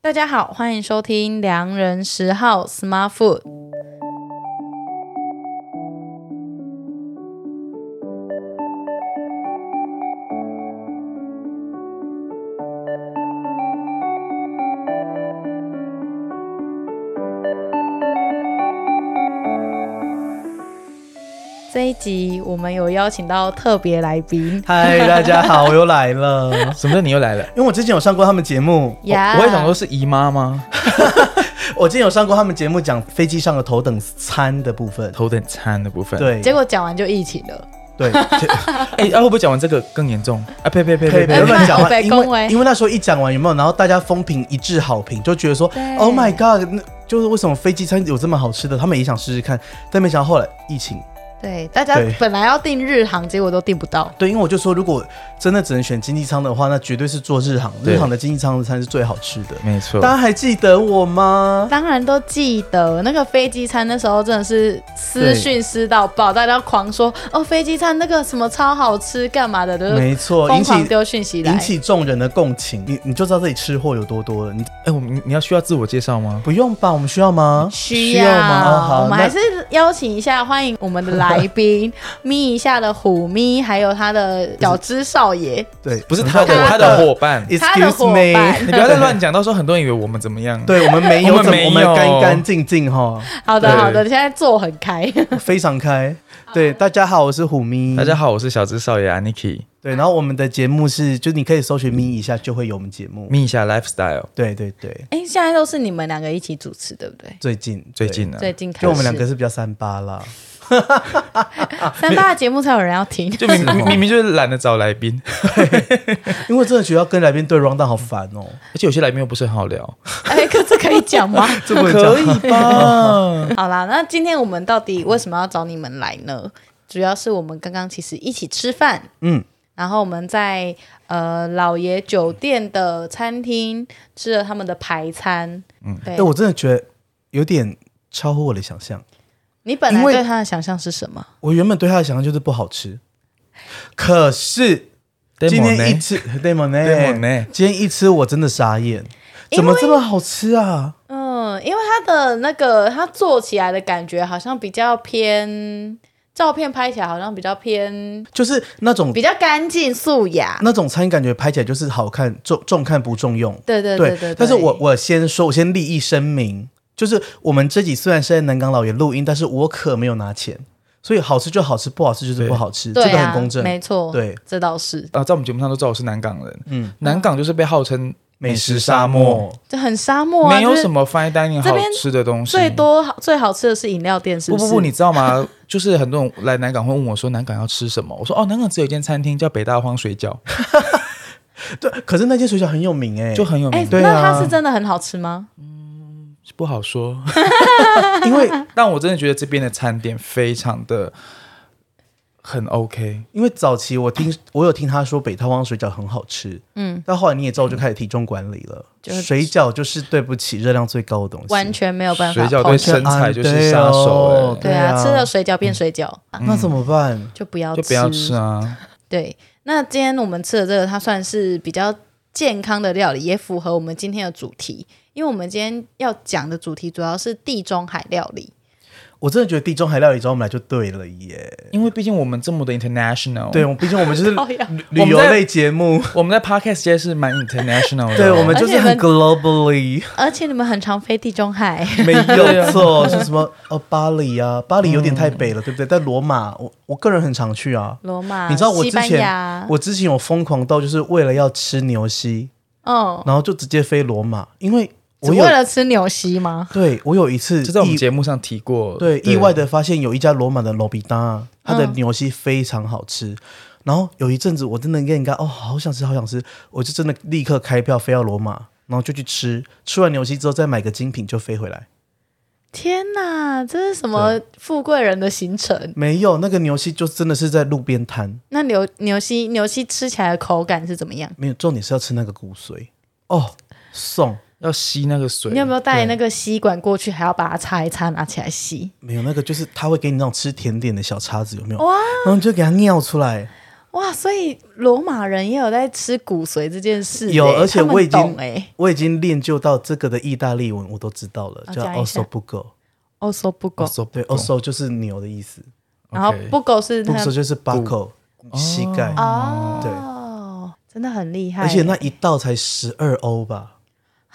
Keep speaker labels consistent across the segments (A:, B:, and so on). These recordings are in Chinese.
A: 大家好，欢迎收听《良人十号 Smart Food》。这一集我们有邀请到特别来宾，
B: 嗨，大家好，我又来了。
C: 什么叫你又来了？
B: 因为我之前有上过他们节目，
A: 呀
C: 哦我也想说是姨妈吗？
B: 我之前有上过他们节目讲飞机上的头等餐的部分。
C: 头等餐的部分。，
B: 对，
A: 结果讲完就疫情了。
B: 对，
C: 哎、啊会不会讲完这个更严重？啊呸呸呸
B: 可以
C: 呸
B: 不要！
C: 呸
B: 乱讲
A: 哎北
B: 话，因
A: 宫哎
B: 为因为那时候一讲完有没有，然后大家风评一致好评，就觉得说
A: 对
B: ，Oh my god，那就是为什么飞机餐有这么好吃的，他们也想试试看，但没想到后来疫情。
A: 对，大家
B: 对
A: 本来要订日航，结果都订不到。
B: 对，因为我就说，如果真的只能选经济舱的话，那绝对是做日航，
C: 对
B: 日航的经济舱的餐是最好吃的。
C: 没错
B: 大，家还记得我吗？
A: 当然都记得那个飞机餐，那时候真的是私讯私到爆，大家狂说哦，飞机餐那个什么超好吃，干嘛的，就是
B: 没错，
A: 疯
B: 引起
A: 狂丢讯息来
B: 引。起众人的共情，你你就知道这里吃货有多多了。你
C: 哎、我们你你要需要自我介绍吗？
B: 不用吧？我们需要吗？
A: 需
C: 需要吗
B: 哦好
A: 我们
B: 那
A: 还是邀请一下，欢迎我们的来 宾咪一下的虎咪，还有他的小资少爷，
B: 对，
C: 不是他的，
A: 他
C: 他
A: 的
C: 的伙伴。
A: 他的伙
B: Excuse
A: 伴
B: me，
C: 你不要再乱讲，到时候很多人以为我们怎么样。，
B: 对我们没有，
C: 我们
B: 怎么
C: 没有
B: 我们干干净净 哈，
A: 好的
C: 对
A: 好的，现在坐很开，
B: 非常开。对，大家好，我是虎咪。
C: 大家好，我是小资少爷啊 Aniki，
B: 对，然后我们的节目是，就你可以搜寻咪一下，就会有我们节目。
C: 密一下 lifestyle。
B: 对对对，
A: 哎，现在都是你们两个一起主持，对不对？
B: 最近
C: 最近啊呢、
A: 最近开
B: 对就我们两个
A: 始
B: 是比较三八啦，
A: 三大节目才有人要听，
C: 就明明明明就是懒得找来宾，
B: 因为真的觉得要跟来宾对 round down 好烦哦。
C: 而且有些来宾又不是很好聊。
A: 哎，可这可以讲吗？
B: 这不能讲
C: 可 以吧？
A: 好啦，那今天我们到底为什么要找你们来呢？主要是我们刚刚其实一起吃饭，
B: 嗯，
A: 然后我们在呃老爷酒店的餐厅吃了他们的排餐，嗯，对
B: 哎，，我真的觉得有点超乎我的想象。
A: 你本来
B: 因为
A: 对他的想象是什么？
B: 我原本对它的想象就是不好吃，可是今天一吃 d e m o n
C: Demone
B: 今天一吃我真的傻眼，
A: 因为
B: 怎么这么好吃啊？
A: 嗯，因为他的那个他做起来的感觉好像比较偏，照片拍起来好像比较偏
B: 就是那种
A: 比较干净素雅，
B: 那种餐感觉拍起来就是好看，重重看不重用。
A: 对对对对。
B: 但是我我先说，我先立意声明，就是我们这集虽然是在南港老爷录音，但是我可没有拿钱，所以好吃就好吃，不好吃就是不好吃，这
A: 对
B: 个
A: 啊
B: 很公正。
A: 没错，
B: 对，
A: 这倒是，
C: 啊，在我们节目上都知道我是南港人，
B: 嗯
C: 嗯，南港就是被号称
B: 美食
C: 食
B: 沙
C: 漠
B: 漠，，
A: 这很沙漠啊，
C: 没有
A: 就是
C: 什么 fine dining
A: 这
C: 好
A: 边
C: 吃的东西。
A: 最多好最好吃的是饮料店，是
C: 不
A: 是？
C: 不不，你知道吗？ 就是很多人来南港会问我说南港要吃什么，我说哦，南港只有一间餐厅叫北大荒水饺，
B: 对。可是那间水饺很有名哎、
C: 就很有
A: 哎、
C: 名，
B: 对
A: 那
B: 啊
A: 它是真的很好吃吗？
C: 不好说。
B: 因为
C: 但我真的觉得这边的餐点非常的很 OK，
B: 因为早期我听我有听他说北套汪水饺很好吃，嗯，但后来你也知道，我就开始体重管理了。
A: 就是
B: 水饺就是对不起热量最高的东西，
A: 完全没有办法
C: 水
A: 碰。
C: 饺对身材
B: 哦
C: 就是杀
B: 完全
C: 手
B: 安
C: 哎、
A: 对啊，
B: 啊对啊
A: 吃了水饺变水饺、啊
B: 嗯那怎么办？
A: 就不要
C: 就不要吃啊。
A: 对，那今天我们吃的这个，它算是比较健康的料理，也符合我们今天的主题。因为我们今天要讲的主题主要是地中海料理，
B: 我真的觉得地中海料理找我们来就对了耶。
C: 因为毕竟我们这么的 international，
B: 对，，我毕竟我 们就是
A: 靠嗯呀
B: 旅旅游类节目，
C: 我们在 podcast 界是蛮 international 的，哦
B: 对我们就是
A: 而
B: 很
A: 且
B: globally，
A: 而且你们很常飞地中海，
B: 没有
A: 啊
B: 错，是什么哦巴黎啊，巴黎有点太北了，对不对？但罗马，我我个人很常去啊。
A: 嗯罗马、
B: 你知道我之
A: 西班
B: 前
A: 牙，
B: 我之前有疯狂到就是为了要吃牛膝，
A: 嗯，
B: 然后就直接飞罗马，因为
A: 只
B: 我有
A: 为了吃牛膝吗？
B: 对我有一次
C: 就在我们
B: 意
C: 节目上提过，
B: 对意外的发现有一家罗马的罗比达，它
A: 嗯
B: 的牛膝非常好吃。然后有一阵子我真的跟人家哦，好想吃，好想吃，我就真的立刻开票飞到罗马，然后就去吃。吃完牛膝之后再买个精品就飞回来。
A: 天哪，这是什么富贵人的行程？
B: 没有那个牛膝就真的是在路边摊，
A: 那牛牛膝牛膝吃起来的口感是怎么样？
B: 没有重点是要吃那个骨髓哦，送
C: 要吸那个水
A: 你，有没有带那个吸管过去，还要把它擦一擦，拿起来吸？
B: 没有那个就是他会给你那种吃甜点的小叉子有没有？哇，然后你就给它尿出来。
A: 哇，所以罗马人也有在吃骨髓这件事欸、
B: 有，而且
A: 他们
B: 我已经
A: 懂哎、
B: 我已经练就到这个的意大利文我都知道了，
A: 啊
B: 叫
A: 讲一下
B: osso b u g o
A: 欸、，also 不狗，
C: 手
B: 对，osso 就是牛的意思
A: 然后
C: OK
A: 不狗是
B: b u
A: 他
B: g o 就是 buckle 膝盖，
A: 哦，真的很厉害，
B: 而且那一道才十二欧吧，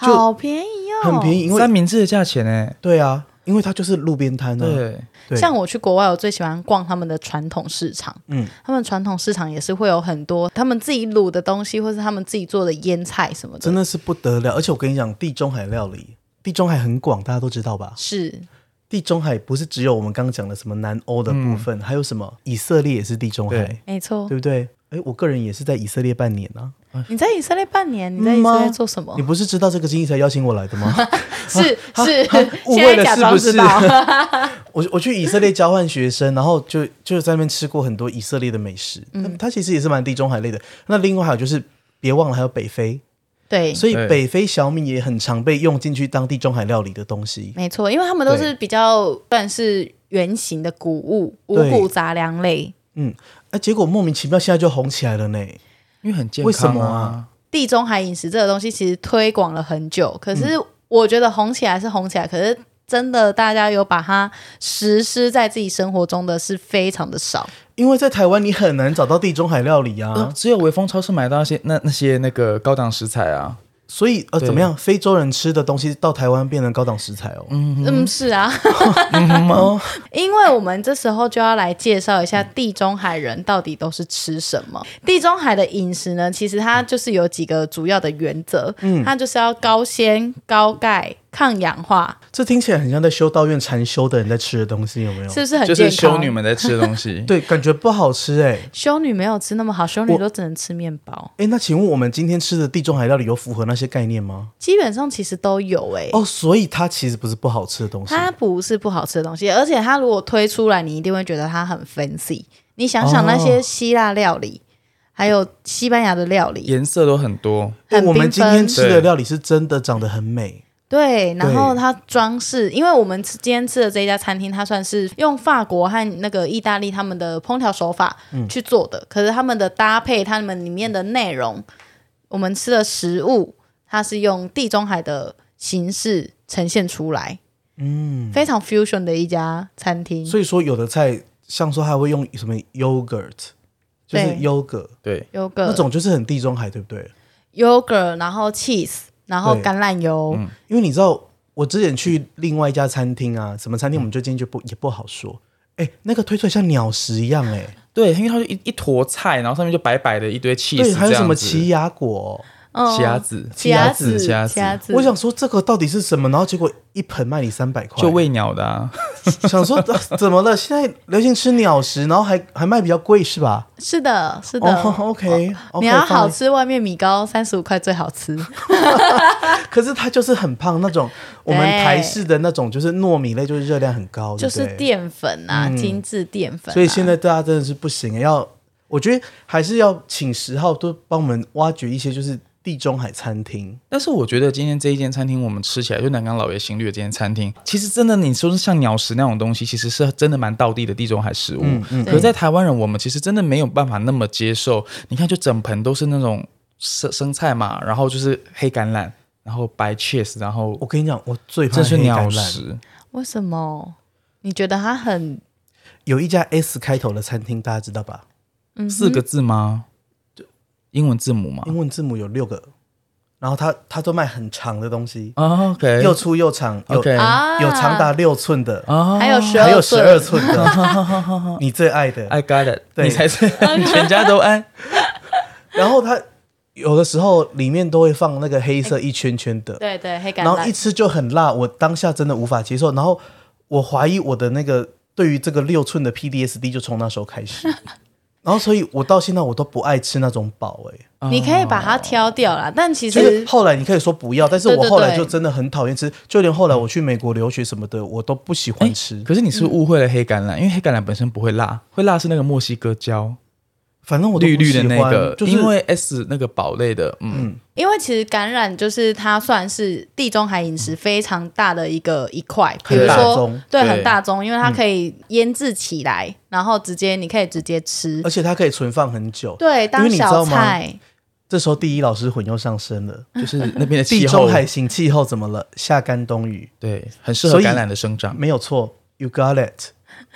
B: 就
A: 好便宜哦，
B: 很便宜，因
C: 三
B: 为
C: 明治的价钱呢？
B: 对啊，因为它就是路边摊啊，
C: 对，
B: 对，
A: 像我去国外，我最喜欢逛他们的传统市场。
B: 嗯
A: 嗯，他们传统市场也是会有很多他们自己卤的东西，或是他们自己做的腌菜什么的。
B: 真的是不得了，而且我跟你讲，地中海料理，地中海很广，大家都知道吧？
A: 是
B: 地中海不是只有我们刚刚讲的什么南欧的部分，还有什么以色列也是地中海，
C: 嗯对
A: 没错。
B: 对不对？哎，我个人也是在以色列半年啊。
A: 你在以色列半年，你在以色
B: 嗯
A: 列
B: 吗
A: 做什么
B: 你？不是知道这个经济才邀请我来的吗？
A: 是是
B: 啊啊，误会
A: 现在
B: 了
A: 假
B: 是不
A: 装
B: 是
A: 知 道。
B: 我我去以色列交换学生，然后就就在那边吃过很多以色列的美食，嗯，它其实也是蛮地中海类的。那另外还有就是，别忘了还有北非，
A: 对，
B: 所以
C: 对
B: 北非小米也很常被用进去当地中海料理的东西。
A: 没错，因为他们都是比较算是圆形的谷物、五
B: 对
A: 谷杂粮类。
B: 哎、结果莫名其妙现在就红起来了呢。
C: 因为很健
B: 为什
C: 康
B: 么
C: 啊
B: 啊。
A: 地中海饮食这个东西其实推广了很久，可是
C: 嗯
A: 我觉得红起来是红起来，可是真的大家有把它实施在自己生活中的是非常的少。
B: 因为在台湾你很难找到地中海料理啊，
A: 嗯
C: 呃只有微风超市买到那些那那些那个高档食材啊，
B: 所以呃
C: 对
B: 怎么样，非洲人吃的东西到台湾变成高档食材哦。
A: 嗯，是啊，
C: 嗯
A: 因为我们这时候就要来介绍一下地中海人到底都是吃什么。地中海的饮食呢，其实它就是有几个主要的原则，
C: 嗯
A: 它就是要高纤、高钙、抗氧化，
B: 这听起来很像在修道院禅修的人在吃的东西，有没有？
A: 是不是很
C: 就
A: 健
C: 是
A: 康？
C: 修女们在吃的 东西。
B: 对，感觉不好吃哎、
A: 修女没有吃那么好，修女
B: 我
A: 都只能吃面包，
B: 哎，那请问我们今天吃的地中海料理有符合那些概念吗？
A: 基本上其实都有哎、
B: 哦，所以它其实不是不好吃的东西。
A: 它不是不好吃的东西，而且它如果推出来，你一定会觉得它很 fancy。你想
B: 哦
A: 想那些希腊料理，还有西班牙的料理，
C: 颜色都很多，
B: 诶
A: 很缤纷
B: 我们今天吃的料理是真的长得很美，
A: 对，然后它装饰，因为我们吃今天吃的这一家餐厅，它算是用法国和那个意大利他们的烹调手法去
B: 嗯
A: 做的，可是他们的搭配，他们里面的内容，我们吃的食物，它是用地中海的形式呈现出来，嗯，非常 fusion 的一家餐厅，
B: 所以说有的菜，像说它会用什么 yogurt，就是
A: 对
B: yogurt
C: 对，
A: 有个
B: 那种就是很地中海，对不对？
A: yogurt，然后 cheese，然后
B: 对嗯
A: 橄榄油，
B: 因为你知道，我之前去另外一家餐厅啊，什么餐厅我们就今天就不、也不好说。哎，那个推出来像鸟食一样哎、
C: 对，因为它就一一坨菜，然后上面就白白的一堆气
B: 对，
C: 死，
B: 还有什么奇亚果、哦
A: 嗯，
C: 奇亚籽、
A: 奇亚
C: 籽、
A: 籽，
C: 奇亚
A: 奇
C: 籽，
A: 亚籽，
B: 我想说这个到底是什么，然后结果一盆卖你三百块，
C: 就喂鸟 的啊，
B: 想 说、呃怎么了？现在流行吃鸟食，然后还还卖比较贵是吧？
A: 是的，是的。
B: 哦，OK，
A: 你要好。吃，外面米糕三十五块最好 吃。
B: 可是它就是很胖那种，我们台式的那种就是糯米类，就是热量很高，
A: 就
B: 对
A: 是
B: 不对嗯
A: 淀粉啊，精致淀粉啊、
B: 所以现在大家真的是不行，要我觉得还是要请十号多帮我们挖掘一些就是地中海餐厅。
C: 但是我觉得今天这一间餐厅，我们吃起来就南港老爷行旅的这间餐厅，其实真的你说是像鸟食那种东西，其实是真的蛮道地的地中海食物。
B: 嗯
C: 可是在台湾人，我们其实真的没有办法那么接受。你看，就整盆都是那种生生菜嘛，然后就是黑橄榄，然后白 cheese，然后
B: 我跟你讲，我最怕
C: 这是
B: 黑
C: 鸟
B: 橄榄。
C: 食。
A: 为什么你觉得它很
B: 有一家 S 开头的餐厅，大家知道吧？
A: 嗯
C: 四个字吗？英文字母吗？
B: 英文字母有六个，然后它它都卖很长的东西，
C: 啊，OK，
B: 又粗又长，有
C: OK
A: 啊？
B: 有长达六寸的，
C: 啊
A: 还有十
B: 哦还有
A: 二
B: 十二寸的， 你最爱的。
C: ，I got it，
B: 对
C: 你才 是，你全家都爱。
B: 然后它有的时候里面都会放那个黑色一圈圈的，
A: 对对，黑橄
B: 然后一
A: 榄。
B: 吃就很辣，我当下真的无法接受。然后我怀疑我的那个对于这个六寸的 PDSD 就从那时候开 始。然后，所以我到现在我都不爱吃那种堡、欸，
A: 你可以把它挑掉啦，但其
B: 就是
A: 实
B: 后来你可以说不要，但是
A: 对
B: 我
A: 对
B: 后来
A: 对
B: 就真的很讨厌吃，就连后来我去美国留学什么的，我都不喜欢吃。
C: 哎可是你是不是误会了黑橄榄，因为黑橄榄本身不会辣，会辣是那个墨西哥椒。
B: 反正我都
C: 绿
B: 不
C: 绿的
B: 喜
C: 那
B: 欢
C: 个，
B: 就是
C: 因为 S 那个堡类的，嗯，
A: 因为其实感染就是它算是地中海饮食非常大的一个一块，比
B: 很
A: 如
B: 大
A: 说
B: 宗
A: 对
C: 对
A: 很大宗，因为它可以腌制起来，然后直接你可以直接吃
B: 而，且它可以存放很久。
A: 对，当
B: 你知道
A: 小
B: 吗
A: 菜。
B: 这时候第一老师混又上身了，
C: 就是那边的
B: 嗯地
C: 气
B: 中
C: 候，
B: 海型气候怎么了？夏干冬雨，
C: 对，很适合
B: 所以
C: 橄榄的生长。
B: 没有错，You got it，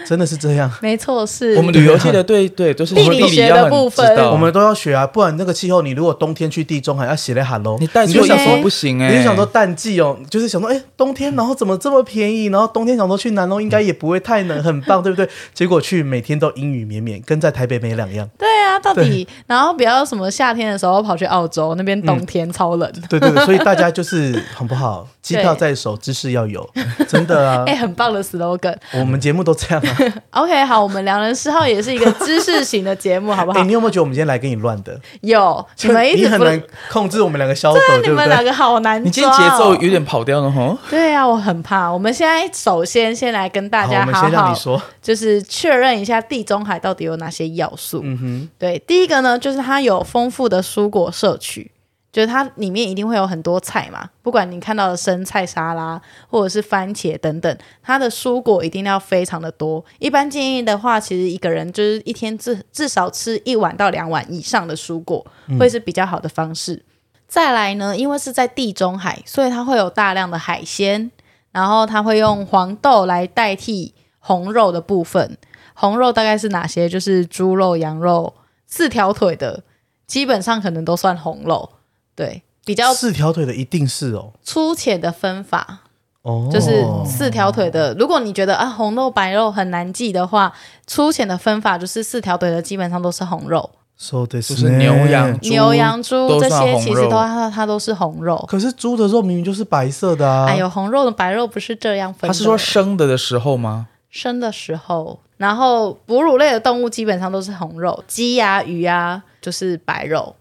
B: 真的是这样。
A: 没错，是
C: 我们旅游 界的对对都是
A: 地
C: 我们
A: 理学
C: 要
A: 的
C: 很
A: 部
C: 知
A: 分
C: 道
B: 我们都要学啊，不然那个气候，你如果冬天去地中海要写嘞 hello，
C: 你带
B: 你
C: 错
B: 就
C: 衣
B: 想
A: 说
C: 服不行哎，
B: 你就想说淡季哦，就是想说，哎，冬天然后怎么这么便宜？然后冬天想说去南欧应该也不会太冷，很 棒，对不对？结果去每天都阴雨绵绵，跟在台北没两 样。
A: 对啊，到底然后不要什么夏天的时候跑去澳洲那边冬天超冷，
B: 对对对， 所以大家就是很不好，机票在手，知识要有，真的啊
A: 哎、。很棒的 slogan。
B: 我们节目都这样啊。
A: OK，好，我们良人嗜好也是一个知识型的节目，好不好
B: 哎，？你有没有觉得我们今天来跟你乱的？
A: 有你们一
B: 你
A: 直
B: 很
A: 不，
B: 难控制我们两个小狗，
A: 你
B: 对不
A: 们两
B: 对？
A: 个好难抓哦、
C: 你今天节奏有点跑掉了吼。
A: 对啊，我很怕。我们现在首先先来跟大
B: 好，
A: 家好
B: 我们
A: 好
B: 先让你说。
A: 就是确认一下地中海到底有哪些要素。嗯哼，对，第一个呢，就是它有丰富的蔬果摄取，就是它里面一定会有很多菜嘛，不管你看到的生菜沙拉或者是番茄等等，它的蔬果一定要非常的多。一般建议的话，其实一个人就是一天至至少吃一碗到两碗以上的蔬果，会是比较好的方式。再来呢，因为是在地中海，所以它会有大量的海鲜，然后它会用黄豆来代替红肉的部分。红肉大概是哪些？就是猪肉、羊肉、四条腿的，基本上可能都算红肉。对，比较
B: 四条腿的一定是哦，
A: 粗浅的分法
B: 哦，
A: 就是四条腿的。如果你觉得啊红肉白肉很难记的话，粗浅的分法就是四条腿的基本上都是红肉，
B: 说的
C: 就是牛羊猪
A: 牛、羊、猪
C: 都
A: 这
C: 算
A: 些
C: 红
A: 其实
C: 肉
A: 都它它都是红肉。
B: 可是猪的肉明明就是白色的啊！
A: 哎呦，红肉的白肉不是这样分的。
C: 他是说生的的时候吗？
A: 生的时候，然后哺乳类的动物基本上都是红肉，鸡呀、鱼啊就是白肉，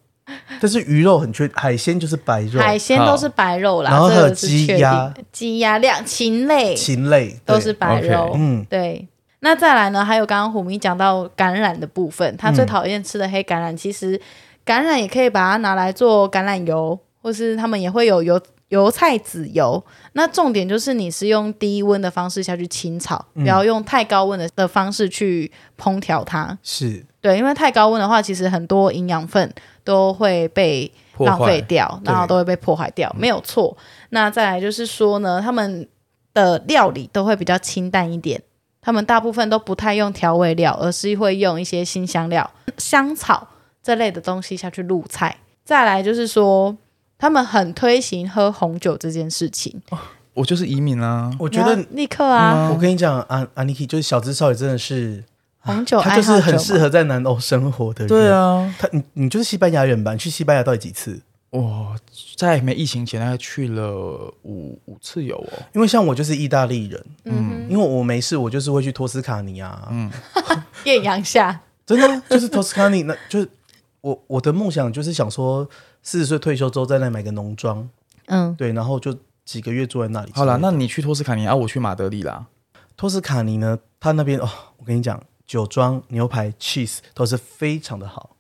B: 但是鱼肉很缺，海鲜就是白肉，
A: 海鲜都是白肉啦。
B: 然后
A: 这
B: 还有
A: 个是
B: 鸡
A: 确定
B: 鸭
A: 的、鸡鸭、两禽类
B: 禽类
A: 都是。白
C: ，OK
A: 肉。
B: 嗯，
A: 对，那再来呢？还有刚刚虎迷讲到橄榄的部分，他最讨厌吃的黑橄榄，其实橄榄也可以把它拿来做橄榄油，或是他们也会有油油菜籽油。那重点就是你是用低温的方式下去清炒，不要用太高温的的方式去烹调它。
B: 是
A: 对，因为太高温的话，其实很多营养分都会被
C: 破
A: 浪费
C: 坏
A: 掉，然后
B: 对嗯
A: 都会被破坏掉，没有错。那再来就是说呢，他们的料理都会比较清淡一点，他们大部分都不太用调味料，而是会用一些新香料、香草这类的东西下去入菜。再来就是说，他们很推行喝红酒这件事情。
C: 我就是移民啊，
B: 我觉得嗯
A: 你要立刻啊，
B: 我跟你讲，安安妮 k 就是小资少爷，真的是
A: 红酒
B: 他
A: 爱好
B: 就是
A: 者
B: 很适
A: 嘛
B: 合在南欧生活的人。
C: 对，啊，
B: 他你你就是西班牙人吧？你去西班牙到底几次？
C: 我在没疫情前大概去了五五次有哦，
B: 因为像我就是意大利人，
A: 嗯哼，
B: 因为我没事，我就是会去托斯卡尼啊，
A: 艳阳下
B: 真的啊就是托斯卡尼，那就是我我的梦想就是想说，四十岁退休之后在那买个农庄，
A: 嗯，
B: 对，然后就几个月住在那里。
C: 好啦，那你去托斯卡尼啊，我去马德里啦。
B: 托斯卡尼呢，它那边哦，我跟你讲，酒庄、牛排、cheese 都是非常的好。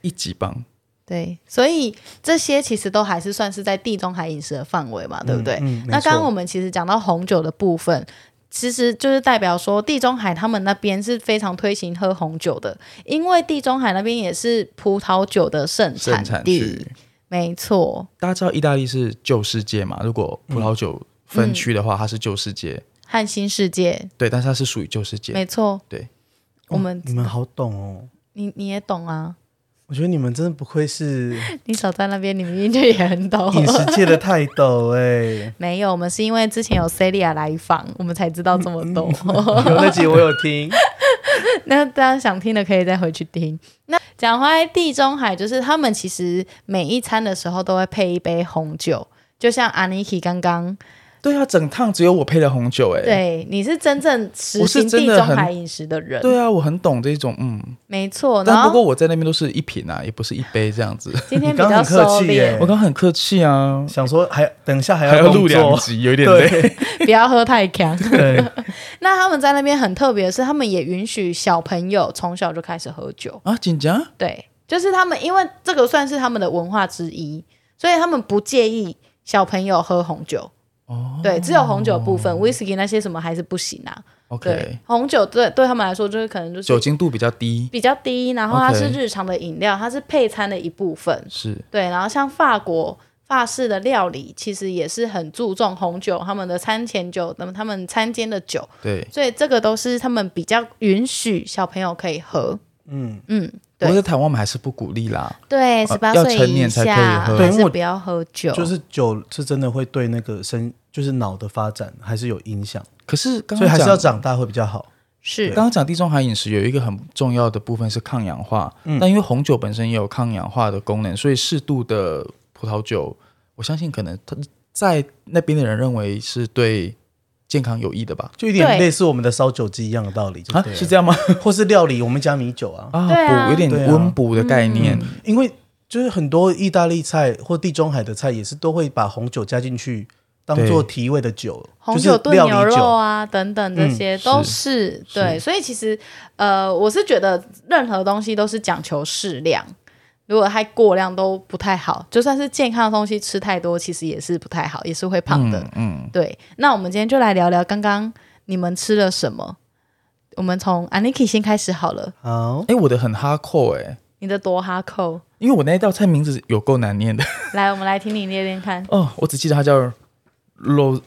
C: 一级棒，
A: 对，所以这些其实都还是算是在地中海饮食的范围嘛，对不对？
B: 嗯
A: 那刚刚我
B: 们
A: 们其实讲到红酒的部分，其实就是代表说地中海他们那边是非常推行喝红酒的，因为地中海那边也是葡萄酒的盛
C: 盛
A: 产
C: 产
A: 地
C: 区。。
A: 没错，
C: 大家知道意大利是旧世界嘛？如果葡萄酒分区的话，它是旧世界，
A: 和新世界，
C: 对，但是它是属于旧世界。
A: 没错，
C: 对，哦
A: 我们
B: 你们好懂哦，
A: 你你也懂啊，
B: 我觉得你们真的不愧是
A: 你少在那边，你明明就也很懂。
B: 饮食界的泰斗哎。
A: 没有，我们是因为之前有 Celia 来访，我们才知道这么多。
B: 有那集我有听，
A: 那大家想听的可以再回去听。那讲回来，地中海就是他们其实每一餐的时候都会配一杯红酒，就像 Aniki 刚刚
C: 对啊，整趟只有我配了红酒、欸，哎，
A: 对，你是真正实
C: 我是
A: 行
C: 真
A: 地
C: 的
A: 中
C: 很
A: 海饮食的人，
C: 对啊，我很懂这种，嗯，
A: 没错。然
C: 但不过
A: 后
C: 我在那边都是一瓶啊，也不是一杯这样子。
A: 今天
B: 你
A: 比
B: 刚
A: 较
B: 刚很客
A: 收
B: 气耶
A: 敛
C: 我，刚很客气啊，
B: 想说还等一下还
C: 还要
B: 要
C: 录
B: 工
C: 两
B: 作，
C: 集，有点累。
B: 对
A: 不要喝太强。
B: 对，
A: 那他们在那边很特别的是，他们也允许小朋友从小就开始喝酒，
C: 啊，紧张？
A: 对，就是他们因为这个算是他们的文化之一，所以他们不介意小朋友喝红酒。
C: 哦
A: 对，只有红酒部分，whisky 那些什么还是不行啊。对
C: ，OK，，
A: 红酒对对他们来说就是可能就是
C: 酒精度比较低，
A: 比较低，然后它
C: OK
A: 是日常的饮料，它是配餐的一部分。
C: 是
A: 对，然后像法国法式的料理，其实也是很注重红酒，他们的餐前酒，那么他们餐间的酒，
C: 对。
A: 所以这个都是他们比较允许小朋友可以喝。
B: 嗯，
A: 嗯，
C: 不
A: 对
C: 过在台湾我们还是不鼓励啦。
A: 对，
C: 呃
A: 十八
C: 要
A: 岁
C: 成年
A: 以
C: 才可以
A: 下
C: 喝
B: 对
A: 还
B: 因为
A: 是
B: 我
A: 不要喝酒。
B: 就是酒是真的会对那个身就是脑的发展还是有影响，
C: 可是刚
B: 所以
C: 刚
B: 还是要
C: 讲，
B: 长大会比较好。
A: 是
C: 刚刚讲地中海饮食有一个很重要的部分是抗氧化，但因为红酒本身也有抗氧化的功能，所以适度的葡萄酒，我相信可能他在那边的人认为是对健康有益的吧？
B: 就有点
A: 对
B: 类似我们的烧酒鸡一样的道理，就
C: 啊，
B: 对了
C: 是这样吗？
B: 或是料理，我们加米酒啊，
C: 啊，
A: 对啊
C: 补有点
B: 对啊
C: 温补的概念，
B: 因为就是很多意大利菜或地中海的菜也是都会把红酒加进去当做提味的酒，
A: 红
B: 就
A: 酒
B: 是
A: 炖
B: 料
A: 牛
B: 理
A: 肉
B: 酒。
A: 啊，等等，
B: 嗯
A: 这些、
C: 是
A: 都是对。所以其实，呃，我是觉得任何东西都是讲求适量，如果太过量都不太好。就算是健康的东西，吃太多其实也是不太好，也是会胖的。
C: 嗯，
A: 对，那我们今天就来聊聊刚刚你们吃了什么。我们从 Aniki 先开始好了，
B: 好，
C: 哎、我的很哈扣哎、
A: 你的多哈扣，
C: 因为我那一道菜名字有够难念的
A: 来，我们来听你念念看。
C: 哦，我只记得它叫罗，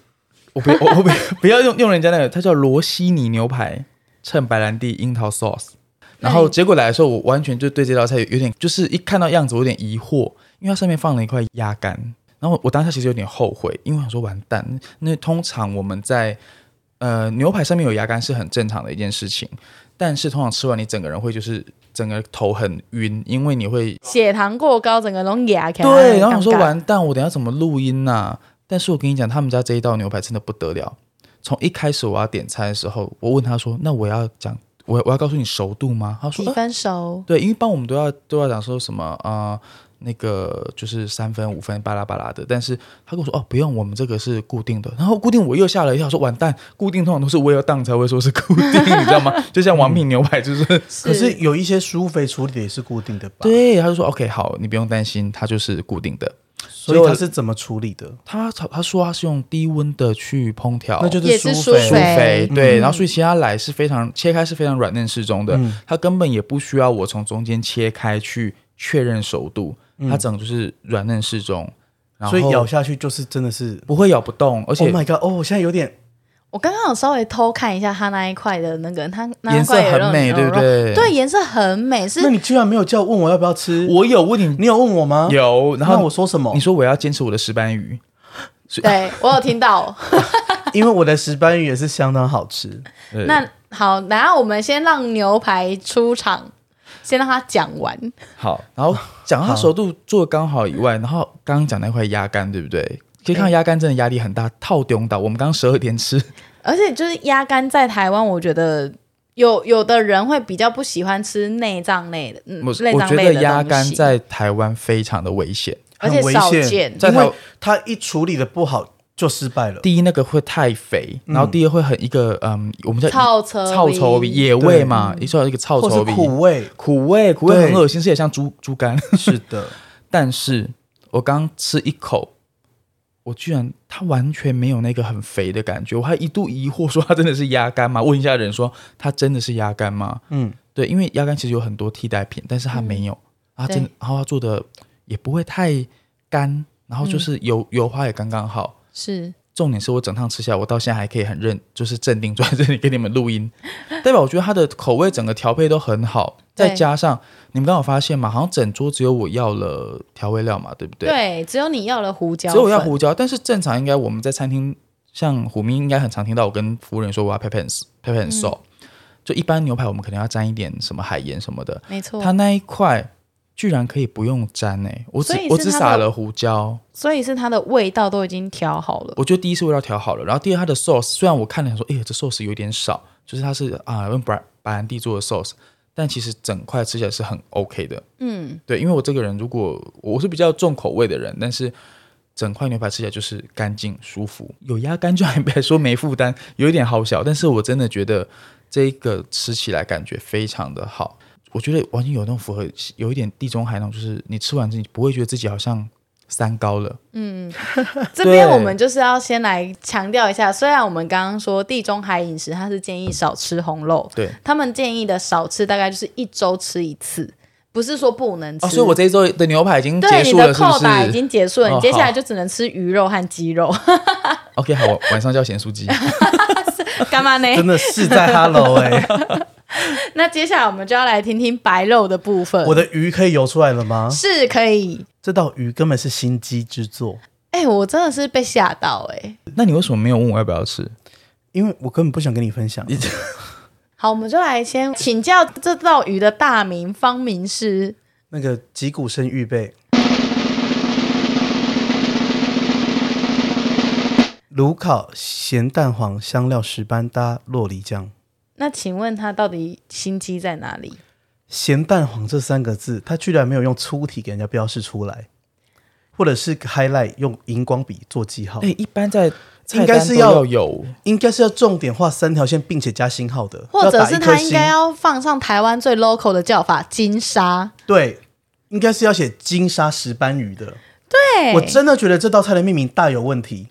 C: 我不我我不 不要用用人家那个，它叫罗西尼牛排，衬白兰地樱桃 sauce。然后结果来的时候，我完全就对这道菜有点，就是一看到样子我有点疑惑，因为它上面放了一块鸭肝，然后我当下其实有点后悔，因为我想说完蛋，那通常我们在呃牛排上面有鸭肝是很正常的一件事情，但是通常吃完你整个人会就是整个头很晕，因为你会
A: 血糖过高，整个龙牙开。
C: 对，然后我说
A: 尴尬，
C: 完蛋，我等一下怎么录音呐、但是我跟你讲，他们家这一道牛排真的不得了。从一开始我要点餐的时候，我问他说：“那我要讲，我我要告诉你熟度吗？”他说：“
A: 几
C: 啊
A: 分熟？
C: 对，因为一般我们都要都要讲说什么啊、呃那个就是三分、五分、巴拉巴拉的。但是他跟我说：“哦，不用，我们这个是固定的。”然后固定我又吓了一跳，说：“完蛋，固定通常都是我要当才会说是固定，你知道吗？就像王品牛排就是
A: 嗯
B: 可是有一些苏肥处理的也是固定的吧？，
C: 对。”他就说：“OK，好，你不用担心，它就是固定的。”
B: 所以它是怎么处理的？
C: 他他说他是用低温的去烹调，
B: 那就是嗯
A: 也是
B: 苏
A: 苏
C: 苏
A: 肥
B: 肥。
C: 肥对，然后所以其他奶是非常切开是非常软嫩适中的，
B: 嗯
C: 它根本也不需要我从中间切开去确认熟度，它整个就是软嫩适中，然后
B: 嗯所以咬下去就是真的是
C: 不会咬不动，而
B: ，Oh
C: 且
B: my god！哦，我现在有点
A: 我刚刚有稍微偷看一下它那一块的那个，它那一
C: 颜色
A: 块有那
C: 很
A: 种
C: 美，对不？对？
A: 对，，颜色很美，是
B: 那你居然没有叫问我要不要吃？
C: 我有问你
B: 你有问我吗？。
C: 有，然
B: 然后
C: 后
B: 啊我说什么
C: 你？说我要坚持我的石斑鱼，
A: 对我有听到。
B: 因为我的石斑鱼也是相当好吃。
C: 对
A: 那好，然后我们先让牛排出场，先让他讲完。
C: 好，然后讲到它熟度做的刚好以外，然后刚刚讲那块鸭肝，对不对？可以看到鸭肝真的压力很大，套丢到我们刚刚十二点吃。
A: 而且就是鸭肝在台湾，我觉得有有的人会比较不喜欢吃内脏类的，嗯
C: 我
A: 内
C: 我
A: 脏
C: 觉
A: 类
C: 得
A: 的
C: 鸭
A: 东
C: 肝
A: 西，
C: 在台湾非常的危险。
A: 而且
B: 很危
A: 少
B: 险
A: 见。
C: 在
B: 因
C: 台
B: 为它一处理的不好就失败了。
C: 第一，那个会太肥，然后第二会很一个嗯，我们叫
A: 嗯臭臭味
C: 臭臭味野味嘛，一说到一个臭
B: 或
C: 臭
B: 是
C: 味，
B: 苦味，
C: 苦味苦味
B: 对
C: 很恶心，是也像猪猪肝。
B: 是的，
C: 但是我刚吃一口，我居然它完全没有那个很肥的感觉，我还一度疑惑说它真的是鸭肝吗？问一下人说它真的是鸭肝吗？
B: 嗯，
C: 对，因为鸭肝其实有很多替代品，但是它没有，啊，真的，然后它做的也不会太干，然后就是油、油花也刚刚好。
A: 是
C: 重点是我整趟吃下来，我到现在还可以很认， 就是镇定坐在这里给你们录音， 代表我觉得它的口味整个调配都很好，
A: 对
C: 再加上你们刚好发现嘛，好像整桌只有我要了调味料嘛，对不对？
A: 对，只有你要了胡椒粉，
C: 只有我要胡椒，但是正常应该我们在餐厅，像虎咪应该很常听到我跟服务员说我要 pepper and s- pepper
A: 嗯
C: and salt，、就一般牛排我们可能要沾一点什么海盐什么的，
A: 没错，
C: 它那一块居然可以不用沾哎、我只
A: 所以是
C: 我只
A: 它
C: 撒
A: 的
C: 了胡椒，
A: 所以是它的味道都已经调好了。
C: 我觉得第一是味道调好了，然后第二它的 sauce 虽然我看了想说，哎、呀，这 sauce 有点少，就是它是啊用白白兰地做的 sauce，但其实整块吃起来是很 OK 的。嗯，对，因为我这个人如果我是比较重口味的人，但是整块牛排吃起来就是干净舒服，有压干就还 别说没负担，有一点好小，但是我真的觉得这一个吃起来感觉非常的好。我觉得完全有那种符合，有一点地中海那种，就是你吃完之后你不会觉得自己好像三高了，
A: 这边我们就是要先来强调一下，虽然我们刚刚说地中海饮食，它是建议少吃红肉，
C: 对，
A: 他们建议的少吃大概就是一周吃一次，不是说不能吃。
C: 哦，所以我这一周的牛排已经结
A: 对你
C: 束
A: 的
C: 了，是不
A: 扣打已
C: 是
A: 经结束了，
C: 哦
A: 你接下来
C: 好
A: 就只能吃鱼肉和鸡 肉，
C: ？OK，好，晚上叫咸 酥鸡。
A: 干嘛呢？
B: 真的是在 Hello 哎、
A: 那接下来我们就要来听听白肉的部分，
B: 我的鱼可以游出来了吗？
A: 是可以。
B: 这道鱼根本是心机之作，
A: 哎、我真的是被吓到哎、
C: 那你为什么没有问我要不要吃？
B: 因为我根本不想跟你分享。
A: 好，我们就来先请教这道鱼的大名方名师。
B: 那个击鼓声预备，炉烤咸蛋黄香料石斑搭洛梨酱。
A: 那请问他到底心机在哪里？
B: 咸蛋黄这三个字，它居然没有用粗体给人家标示出来，或者是 highlight 用荧光笔做记号，
C: 哎、一般在
B: 哦
C: 菜
B: 应该
C: 单
B: 是
C: 都
B: 要
C: 要有，
B: 应该是要重点画三条线，并且加星号的，
A: 或者
B: 要打
A: 是
B: 一
A: 他
B: 颗
A: 应
B: 星
A: 该要放上台湾最 local 的叫法金沙？
B: 对，应该是要写金沙石斑鱼的。
A: 对，
B: 我真的觉得这道菜的命名大有问题。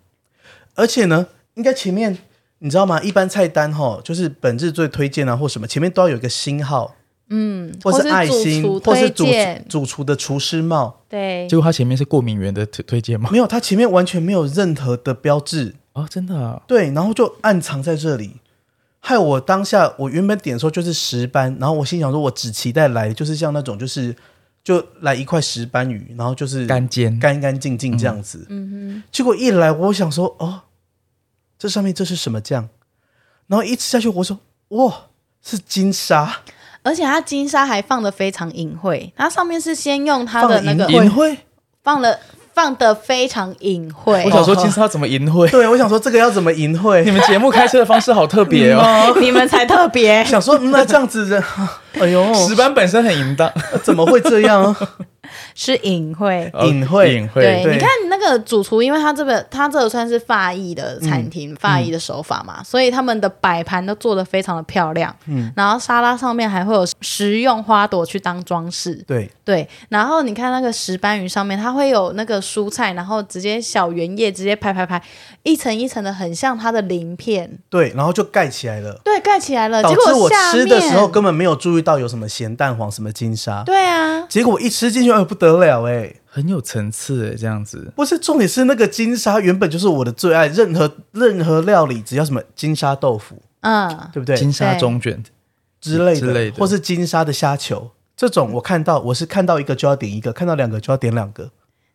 B: 而且呢，应该前面你知道吗？一般菜单哈，就是本日最推荐啊，或什么前面都要有一个星号，嗯，或
A: 或
B: 是
A: 是
B: 爱
A: 主
B: 心
A: 厨，
B: 或是
A: 推
B: 主
A: 荐
B: 主厨的厨师帽。
A: 对
C: 结，果它前面是过敏源的推推荐吗？
B: 没有，它前面完全没有任何的标志，
C: 哦，真的、啊，
B: 对，然后就暗藏在这里。害我当下，我原本点的时候就是石斑，然后我心想说，我只期待来就是像那种就是就来一块石斑鱼，然后就是
C: 干煎。
B: 干干净净这样子。嗯哼。结果一来，我想说，哦，这上面这是什么酱？然后一吃下去，我说，哇，是金沙，
A: 而且它金沙还放的非常隐晦，它上面是先用它
B: 放
A: 的
B: 了
A: 那
B: 银
A: 个
B: 银灰。
A: 放了放的非常隐晦
C: 我。想
B: 哦
C: 说，今天要怎么淫秽？
B: 对，我想说这个要怎么淫
C: 你
B: 秽？
C: 们节目开车的方式好特别哦。
A: 你们才特别
B: 想说，嗯那这样子 人，哎呦，
C: 石斑本身很淫荡，
B: 怎么会这 样？
A: 是隐晦，
C: 哦
B: 隐晦
C: 隐晦。
A: 对，
B: 对
A: 你看那个主厨，因为他这个他这个算是法裔的餐
B: 嗯
A: 厅，法裔的手法嘛，所以他们的摆盘都做得非常的漂亮。嗯，然后沙拉上面还会有食用花朵去当装饰。
B: 对，
A: 对，然后你看那个石斑鱼上面，它会有那个蔬菜，然后直接小圆叶直接排排排，一层一层的，很像它的鳞片。
B: 对，然后就盖起来了。
A: 对，盖起来了。
B: 导
A: 呃结
B: 致
A: 果
B: 我
A: 下
B: 吃的时候
A: 面
B: 根本没有注意到有什么咸蛋黄、什么金沙，
A: 对啊，
B: 结果我一吃进去，哎，不得了哎、
C: 很有层次欸诶，这样子。
B: 不是重点是那个金沙原本就是我的最爱，任何任何料理只要什么金沙豆腐，
A: 嗯，
B: 对不对？
C: 金沙中卷，
B: 之类的，
C: 之类的
B: 或是金沙的虾球这种，我看到我是看到一个就要点一个，看到两个就要点两个，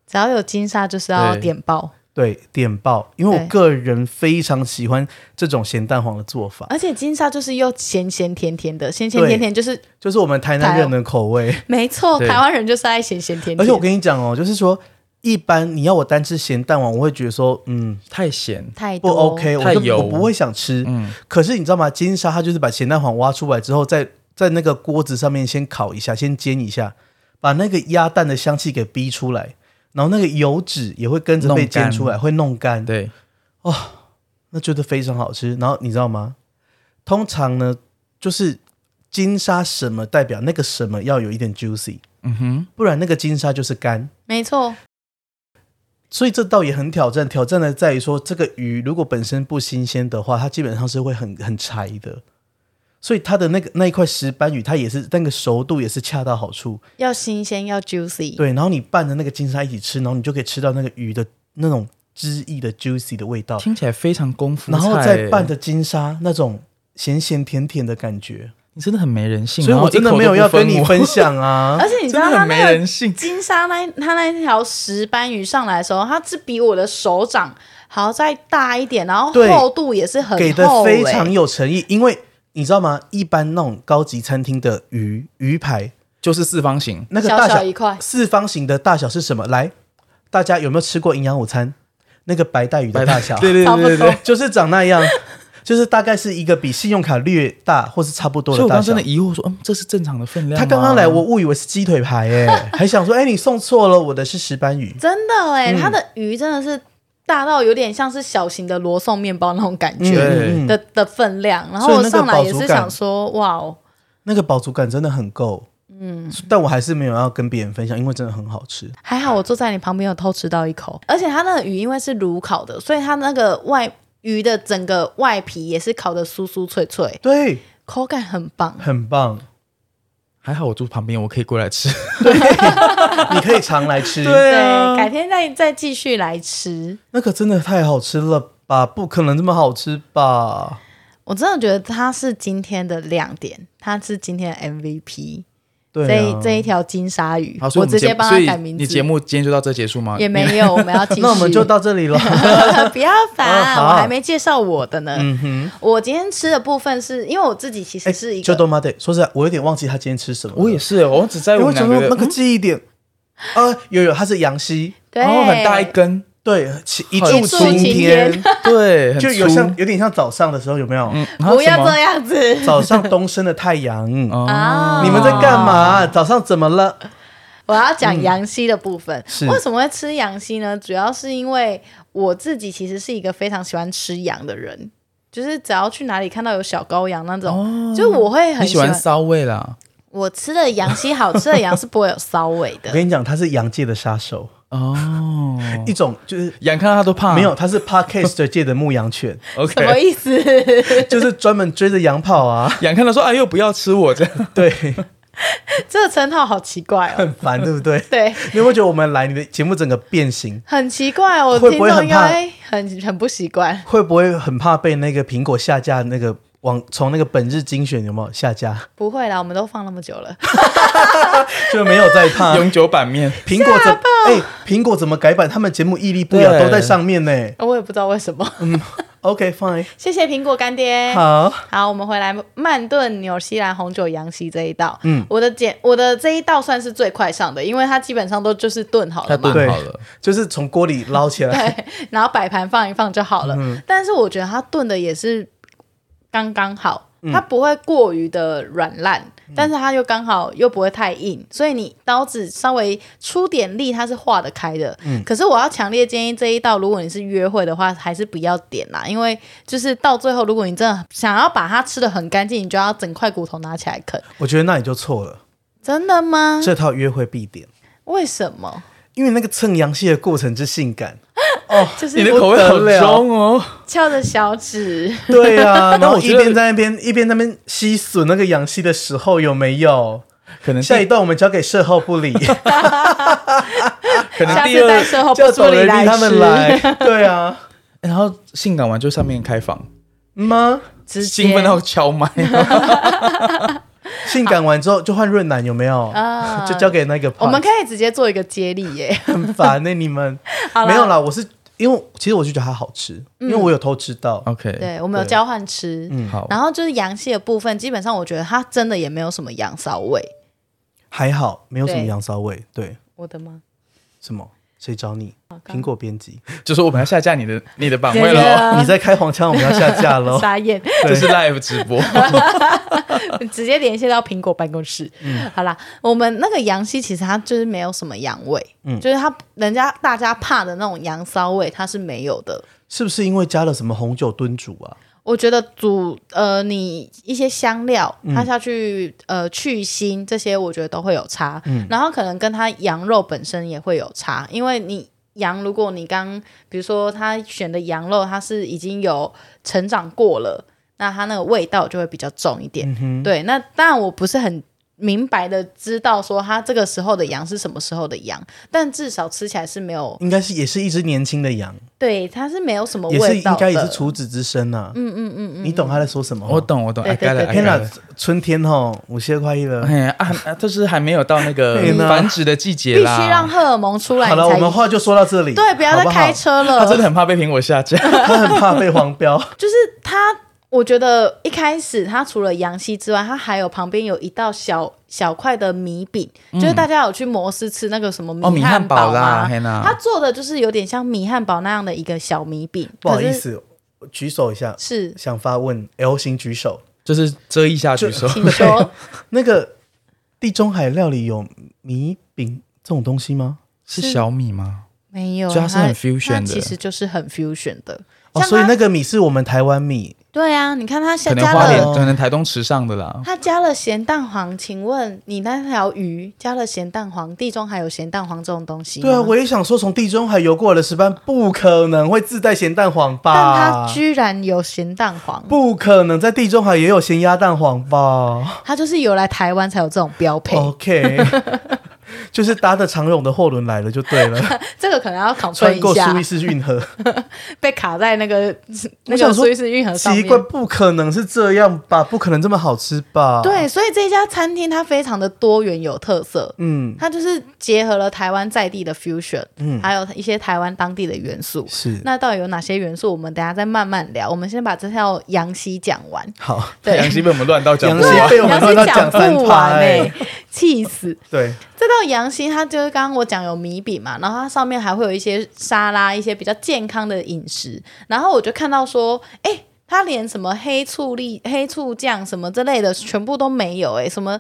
A: 只要有金沙就是要
C: 对
A: 点爆。
B: 对，点爆，因为
A: 对
B: 我个人非常喜欢这种咸蛋黄的做法，
A: 而且金沙就是又咸咸甜甜的，咸咸甜甜就是
B: 就是我们台南人的口味。
A: 没错，
C: 对
A: 台湾人就是爱咸咸甜甜。
B: 而且我跟你讲哦，就是说，一般你要我单吃咸蛋黄，我会觉得说，嗯，
C: 太咸。
A: 太
B: 不
A: 多
B: OK，我
C: 太
B: 就
C: 油
B: 我不会想吃。
C: 嗯，
B: 可是你知道吗？金沙它就是把咸蛋黄挖出来之后，在在那个锅子上面先烤一下，先煎一下，把那个鸭蛋的香气给逼出来，然后那个油脂也会跟着被煎出来，会弄干，
C: 对，
B: 那觉得非常好吃。然后你知道吗？通常呢，就是金沙什么代表那个什么要有一点 juicy，
C: 嗯哼，
B: 不然那个金沙就是干。
A: 没错，
B: 所以这倒也很挑战，挑战的在于说，这个鱼如果本身不新鲜的话，它基本上是会很很柴的。所以它的那个那一块石斑鱼，它也是那个熟度也是恰到好处。
A: 要新鲜要 juicy。
B: 对，然后你拌着那个金沙一起吃，然后你就可以吃到那个鱼的那种汁液的 juicy 的味道，
C: 听起来非常功夫菜欸
B: 然
C: 诶。
B: 后再拌着金沙那种咸咸甜甜的感觉。
C: 你真的很没
A: 嗯
C: 人性。
B: 所以
C: 然后
B: 我真的
C: 一口都
B: 没有要
C: 不
B: 跟你
C: 我
B: 分享啊
A: 而。且你
C: 真
A: 知道
C: 的
A: 它
C: 很没
A: 那
C: 人
A: 个
C: 性。
A: 金沙那它那条石斑鱼上来的时候，它是比我的手掌还要再大一点，然后
B: 对
A: 厚度也是很厚、
B: 给的 非
A: 欸
B: 常有诚意，因为你知道吗？一般那种高级餐厅的鱼鱼排
C: 就是四方形。
B: 那个
A: 小
B: 大小
A: 小一块
B: 四方形的大小是什么？来，大家有没有吃过营养午餐？那个白带鱼的大小，
C: 对对
A: 差不
C: 对对
A: 多
C: 对。
B: 就是长那样，就是大概是一个比信用卡略大或是差不多
C: 所以
B: 的
C: 我
B: 大
C: 刚
B: 小
C: 真的。疑惑说，嗯，这是正常的分量
B: 他
C: 吗
B: 刚刚来，我误以为是鸡腿排 哎、还想说哎、你送错了，我的是石斑鱼。
A: 真的哎、
B: 嗯
A: 它的鱼真的是大到有点像是小型的罗宋面包那种感觉
C: 对
B: 嗯嗯嗯
A: 的、的分量。然
B: 所
A: 后
B: 以
A: 我
B: 那个
A: 上来
B: 饱
A: 也
B: 足
A: 是
B: 感
A: 想说，哇哦，
B: 那个饱足感真的很够。嗯，但我还是没有要跟别人分享，因为真的很好吃。
A: 还好我坐在你旁边有偷吃到一口，而且它那个鱼因为是炉烤的，所以它那个外鱼的整个外皮也是烤的酥酥脆脆，
B: 对，
A: 口感很棒。
B: 很棒，
C: 还好我住旁边，我可以过来吃。
B: 你可以常来吃。
C: 对
A: 对，
C: 啊
A: 改天再再继续来吃。
B: 那个真的太好吃了吧？不可能这么好吃吧？
A: 我真的觉得它是今天的亮点，它是今天的 MVP、
B: 对、
A: 这一
B: 啊，
A: 这一帮它改名字好所以我们节目所以你节目今天就到这条金鲨鱼
C: 好，所以我们
A: 直接
C: 节
A: 帮
C: 所
A: 它
C: 以
A: 改名字。
C: 你节目啊今天就到这结束吗？
A: 也没有，我们 要继续。
B: 那我们就到这里了。
A: 不要
B: 啊
A: 烦，
B: 好
A: 我还没介绍我的呢。
C: 嗯
A: 我今天吃的部分是因为我自己
C: 哎
A: 其实是一
B: 就
A: 个，
B: 都妈的，说实在，我有点忘记他今天吃什么了。
C: 我也是，我只在
B: 因为
C: 哎我
B: 我
C: 们
B: 想
C: 两
B: 说
C: 个
B: 那个记忆点，啊，有有，它是羊膝，
A: 对，
C: 然后哦很大一根，
B: 对，其一
A: 很
B: 柱
A: 柱擎
B: 天
A: 天，
C: 对，很
B: 就有
C: 粗
B: 像有点像早上的时候，有没有？
C: 嗯，然后
A: 不要
C: 什么
A: 这样子
B: 早上东升的太 阳，
C: 哦
B: 你
A: 啊！
B: 们在干？嘛？早上怎么了？
A: 我要讲羊膝的部分。
B: 嗯是
A: 为什么会吃羊膝呢？主要是因为我自己其实是一个非常喜欢吃羊的人，就是只要去哪里看到有小羔羊那种，
B: 哦
A: 就我会
C: 你
A: 很
C: 喜欢骚味啦？
A: 我吃的羊膝好吃的羊是不会有骚味
B: 我
A: 的，
B: 跟你讲，他是羊界的杀手，
C: 哦，啊
B: 一种就是
C: 羊看到它都怕，
B: 没有，他是 podcast 界的牧羊 犬，
A: 什么
C: ？OK，
A: 意思？
B: 就是专门追着羊跑 啊。
C: 羊看到说：“哎呦，不要吃我！”这 样
B: 对，
A: 这个称号好奇怪哦。
B: 很烦，对不对？
A: 对，
B: 你有没有觉得我们来你的节目整个变形？
A: 很奇怪，我
B: 会
A: 听
B: 不会
A: 众
B: 很
A: 应
B: 怕
A: 该很很不习惯。
B: 会不会很怕被那个苹果下架？那个网从那个本日精选有没有下架？
A: 不会啦，我们都放那么久了，
B: 就没有再怕
C: 永久版面，
B: 苹果怎哎，苹果怎么改版？他们节目屹立不摇，
C: 对
B: 都在上面呢。
A: 我也不知道为什么。
B: OK fine，
A: 谢谢苹果干爹。
B: 嗯
C: 哎
B: 好，
A: 好，我们回来曼顿纽西兰红酒羊膝这一道，嗯，我的简我的这一道算是最快上的，因为它基本上都就是炖好
C: 它
A: 了嘛，
C: 炖好了，哎
B: 就是从锅里捞起来，
A: 对，然后摆盘放一放就好了。
C: 嗯
A: 但是我觉得它炖的也是刚刚好，
C: 嗯
A: 它不会过于的软烂，但是它又刚好又不会太硬，所以你刀子稍微出点力，它是化得开的。
C: 嗯
A: 可是我要强烈建议这一道，如果你是约会的话，还是不要点啦，因为就是到最后，如果你真的想要把它吃的很干净，你就要整块骨头拿起来啃。
B: 我觉得那你就错了，
A: 真的
C: 嗯
A: 吗？
B: 这套约会必点，
A: 为什么？
B: 因为那个蹭羊蟹的过程之性感。
A: 就是
C: 你的口味好
B: 不得了
C: 重哦。
A: 翘着小指。
B: 对 啊，然
C: 嗯但
B: 后
C: 我
B: 一
C: 觉得
B: 边在那边一边在那边吸吮那个羊溪的时候，有没有？
C: 可能
B: 下一
C: 第
B: 段我们交给售后 部里，
C: 可能
A: 下
C: 第
A: 次带
C: 二，
A: 售后
B: 叫
A: 不助
B: 走
A: 理
B: 人
A: 来
B: 力他们
A: 吃
B: 来。对啊，嗯
C: 然后性感完就上面开房，
B: 吗？
A: 直接
C: 兴奋到敲 麦。
B: 性感完之后就换润男有没有？
A: 啊
B: 就交给那个 part。
A: 我们可以直接做一个接力 耶。
B: 很烦呢、你们
A: 好啦嗯
B: 没有啦，我是因为其实我就觉得它好吃，因为我有偷吃到。
C: OK，
A: 对，我们有交换吃。
C: 嗯好，
A: 然后就是羊蟹的部分，基本上我觉得它真的也没有什么羊骚味。
B: 还好没有什么
A: 对
B: 羊骚味。对，
A: 我的吗？
B: 什么？谁找你？苹果编辑，
C: 就说我们要下架你的你的版位
A: 对
C: 了哦，
A: 啊
B: 你在开黄腔，我们要下架 喽。
A: 傻眼，
C: 这是 live 直 播。
A: 直接联系到苹果办公室。好啦，我们那个羊膝其实它就是没有什么羊味，就是它人家大家怕的那种羊骚味，它是没有的。
B: 是不是因为加了什么红酒炖煮啊？
A: 我觉得煮呃，你一些香料，
B: 嗯
A: 它下去呃去腥这些，我觉得都会有差。
B: 嗯
A: 然后可能跟它羊肉本身也会有差，因为你羊，如果你刚比如说它选的羊肉，它是已经有成长过了，那它那个味道就会比较重一
B: 嗯
A: 点。对，那当然我不是很。明白的知道说它这个时候的羊是什么时候的羊，但至少吃起来是没有
B: 应该是也是一只年轻的羊，
A: 对，它是没有什么
B: 也是
A: 味道
B: 应
A: 的。
B: 该也是处子之身呐、啊。嗯嗯嗯嗯，你懂他在说什么？
C: 我。懂，我懂，
A: 对
C: 哎，该了，
A: 对对
C: 哎
B: 天
C: 该
B: 哪
C: 了。，
B: 春天吼，五蟹快乐。
C: 哎啊，还啊就是还没有到那个
B: 对呢
C: 繁殖的季节
A: 必须
C: 啦。
A: 让荷尔蒙出来，
B: 好
A: 你
B: 了，
A: 才
B: 我们话就说到这里。
A: 对，不要再开车了。
C: 啊他真的很怕被苹果 下架。
B: 好不好。他很怕被黄标。
A: 就是他，我觉得一开始他除了羊膝之外，他还有旁边有一道小小块的米饼，就是大家有去摩斯吃那个什么
C: 嗯哦，米
A: 汉
C: 汉堡啦，
A: 吗？
C: 嘿啊
A: 它
C: 呐，
A: 做的就是有点像米汉堡那样的一个小米饼，
B: 不好
A: 可是
B: 意思，我举手一下，
A: 是，
B: 想发问 L 型举手。
C: 就是遮一下举手，
A: 请 说，
B: 那个地中海料理有米饼这种东西吗？
C: 是小米吗？
A: 没有，
C: 所以它是很 fusion
A: 它
C: 的
A: 其实就是很 fusion 的。
B: 哦，
A: 像
B: 所以
A: 它
B: 那个米是我们台湾米，
A: 对啊，你看它加
C: 可能
A: 加
C: 花莲，
A: 了，
B: 哦
C: 可能台东池上的啦。
A: 它加了咸蛋黄。请问你那条鱼加了咸蛋黄，地中海有咸蛋黄这种东西吗？
B: 对啊，我也想说，从地中海游过来的石斑不可能会自带咸蛋黄
A: 但它
B: 吧？
A: 居然有咸蛋黄，
B: 啊不可能在地中海也有咸鸭蛋黄吧
A: 它就是有来台湾才有这种标配。
B: 哦？OK，就是搭着长荣的货轮来了就对 了，
A: 这个可能要 c o
B: 穿过
A: 一下
B: 苏伊，士运河，
A: 被卡在那个那
B: 想
A: 个
B: 说
A: 苏伊士运河上
B: 奇
A: 面。
B: 怪，不可能是这样吧？不可能这么好吃吧？，
A: 对，所以这家餐厅它非常的多元有特色，
B: 嗯，
A: 它就是结合了台湾在地的 fusion，嗯，还有一些台湾当地的元素。
B: 是
A: 那到底有哪些元素？我们等一下再慢慢聊。我们先把这条羊溪讲完。
B: 好，
A: 对，
C: 杨希被我们乱到啊讲
B: 杨
C: 不
B: 希
C: 完，
B: 被我们
A: 羊
B: 乱到
A: 溪
B: 讲三
A: 不完
B: 趴、
A: 哎、
B: 欸，
A: 气死！
B: 对，
A: 这道羊心，它就是刚刚我讲有米饼嘛，然后它上面还会有一些沙拉，一些比较健康的饮食。然后我就看到说，哎，它连什么黑醋栗、黑醋酱什么之类的全部都没有、哎，什么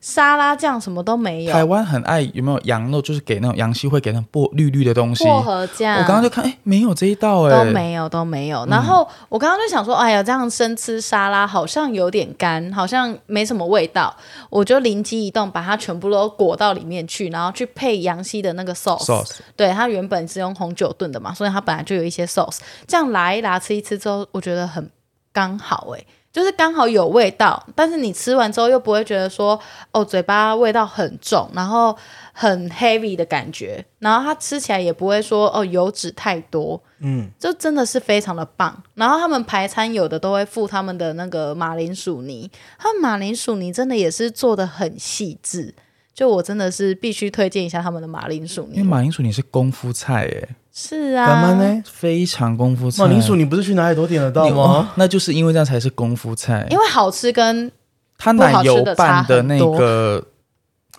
A: 沙拉酱什么都没
C: 台
A: 有，
C: 湾很爱有没有羊肉，就是给那种羊溪会给那种薄绿绿的东西。
A: 薄
C: 我
A: 荷酱，
C: 刚刚就看，哎，没有这一道嗯哎，
A: 都没有都没有。然后我刚刚就想说，哎呀，这样生吃沙拉好像有点干，好像没什么味道。我就灵机一动，把它全部都裹到里面去，然后去配杨希的那个 sauce。
C: sauce，
A: 对，它原本是用红酒炖的嘛，所以它本来就有一些 sauce。这样拉一拉，吃一吃之后，我觉得很刚好哎、就是刚好有味道，但是你吃完之后又不会觉得说，哦，嘴巴味道很重，然后很 heavy 的感觉，然后它吃起来也不会说，哦，油脂太多，
B: 嗯，
A: 就真的是非常的棒。然后他们排餐有的都会附他们的那个马铃薯泥，他们马铃薯泥真的也是做的很细致，就我真的是必须推荐一下他们的马铃薯
C: 因为
A: 泥。
C: 马铃薯你是功夫菜哎，
A: 是
B: 干嘛
A: 啊，
B: 呢？
C: 非常功夫菜。
B: 马铃薯你不是去哪里都点得到
C: 你哦
B: 吗？
C: 那就是因为这样才是功夫菜，
A: 因为好吃跟
C: 它
A: 不好
C: 奶
A: 吃
C: 油
A: 的差
C: 拌的
A: 很
C: 那
A: 多
C: 个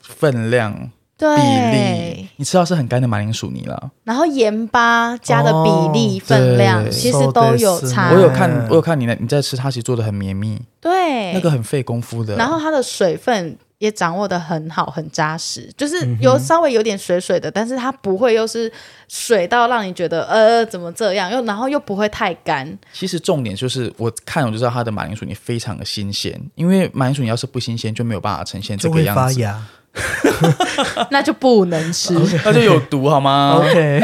C: 分量比例
A: 对，，
C: 你吃到是很干的马铃薯泥啦。
A: 然后盐巴加的比例、
B: 哦
A: 分量
C: 对
A: 其实都有差。
B: 哎
C: 我有看，我有看你那你在吃，它其实做的很绵密，
A: 对
C: 那个很费功夫的。
A: 然后它的水分也掌握的很好，很扎实，就是有稍微有点水水的，但是它不会又是水到让你觉得呃怎么这样，又然后又不会太干，
C: 其实重点就是我看我就知道它的马铃薯泥非常的新鲜，因为马铃薯泥要是不新鲜就没有办法呈哦现这
B: 就
C: 个
B: 会
C: 样
B: 发
C: 子，
B: 芽。
A: 那就不能吃。
C: 它就有毒好
B: 哦
C: 吗？
B: OK，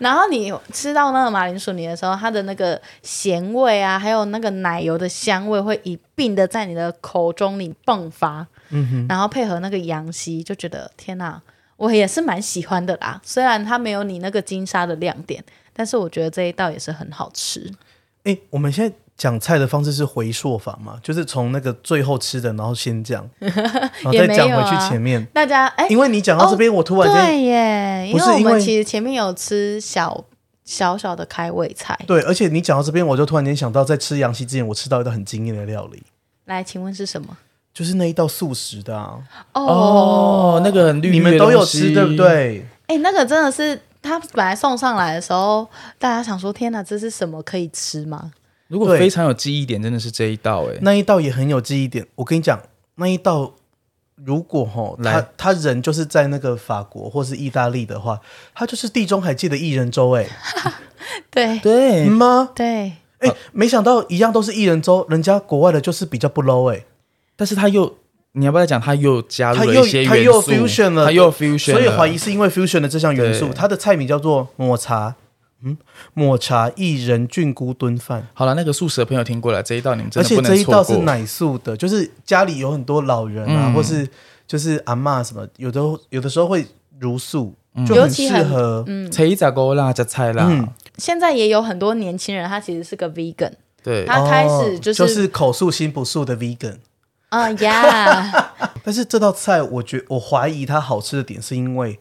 A: 然后你吃到那个马铃薯泥的时候，它的那个咸味啊，还有那个奶油的香味，会一并的在你的口中里迸发。嗯哼，然后配合那个羊膝，就觉得天哪，我也是蛮喜欢的啦。虽然它没有你那个金沙的亮点，但是我觉得这一道也是很好吃。
B: 哎、我们现在讲菜的方式是回溯法嘛，就是从那个最后吃的，然后先 讲，然后再讲回去前面。
A: 大家哎，
B: 因为你讲到这边，我突然间
A: 对哎耶，因
B: 不是
A: 为我
B: 因为
A: 们其实前面有吃小小小的开胃菜。
B: 对，而且你讲到这边，我就突然间想到，在吃羊溪之前，我吃到一道很惊艳的料理，
A: 来，请问是什么？
B: 就是那一道素食的、啊，
C: 哦，那个很绿，
B: 你们都有吃对不？对？
A: 哎、那个真的是他本来送上来的时候，大家想说：天哪，这是什么可以吃吗？
C: 如果
B: 对
C: 非常有记忆点，真的是这一道哎、
B: 那一道也很有记忆点。我跟你讲，那一道如果吼他
C: 来
B: 他人就是在那个法国或是意大利的话，他就是地中海界的薏仁粥、 欸，
A: 对
B: 哎、
C: 对，
B: 吗？
A: 对，
C: 呃
B: 哎、没想到一样都是薏仁粥，人家国外的就是比较不 low 哎、
C: 但是它又，你要不要再讲？它又加入
B: 它
C: 了
B: 又
C: 一些元素，
B: 它又 fusion 了
C: 它又 fusion，
B: 所以
C: 了
B: 怀疑是因为 fusion 的这项元素，
C: 对
B: 它的菜名叫做抹茶，嗯，抹茶薏仁菌菇炖饭，
C: 好了，那个素食的朋友听过了这一道，你们真
B: 而
C: 的
B: 且
C: 不
B: 这
C: 能
B: 一
C: 错
B: 道是
C: 过。
B: 奶素的，就是家里有很多老人啊，
C: 嗯
B: 或是就是阿嬷什么，有的有的时候会如素，
C: 嗯
B: 就
A: 尤
B: 很
A: 其
B: 适
A: 很嗯
B: 合。
C: 才咋勾啦，加菜啦，
B: 嗯
A: 现在也有很多年轻人，他其实是个 vegan，
C: 对，
A: 他开始
B: 哦
A: 就是
B: 就是口素心不素的 vegan，
A: 啊 呀，
B: 但是这道菜，我觉我怀疑它好吃的点是因为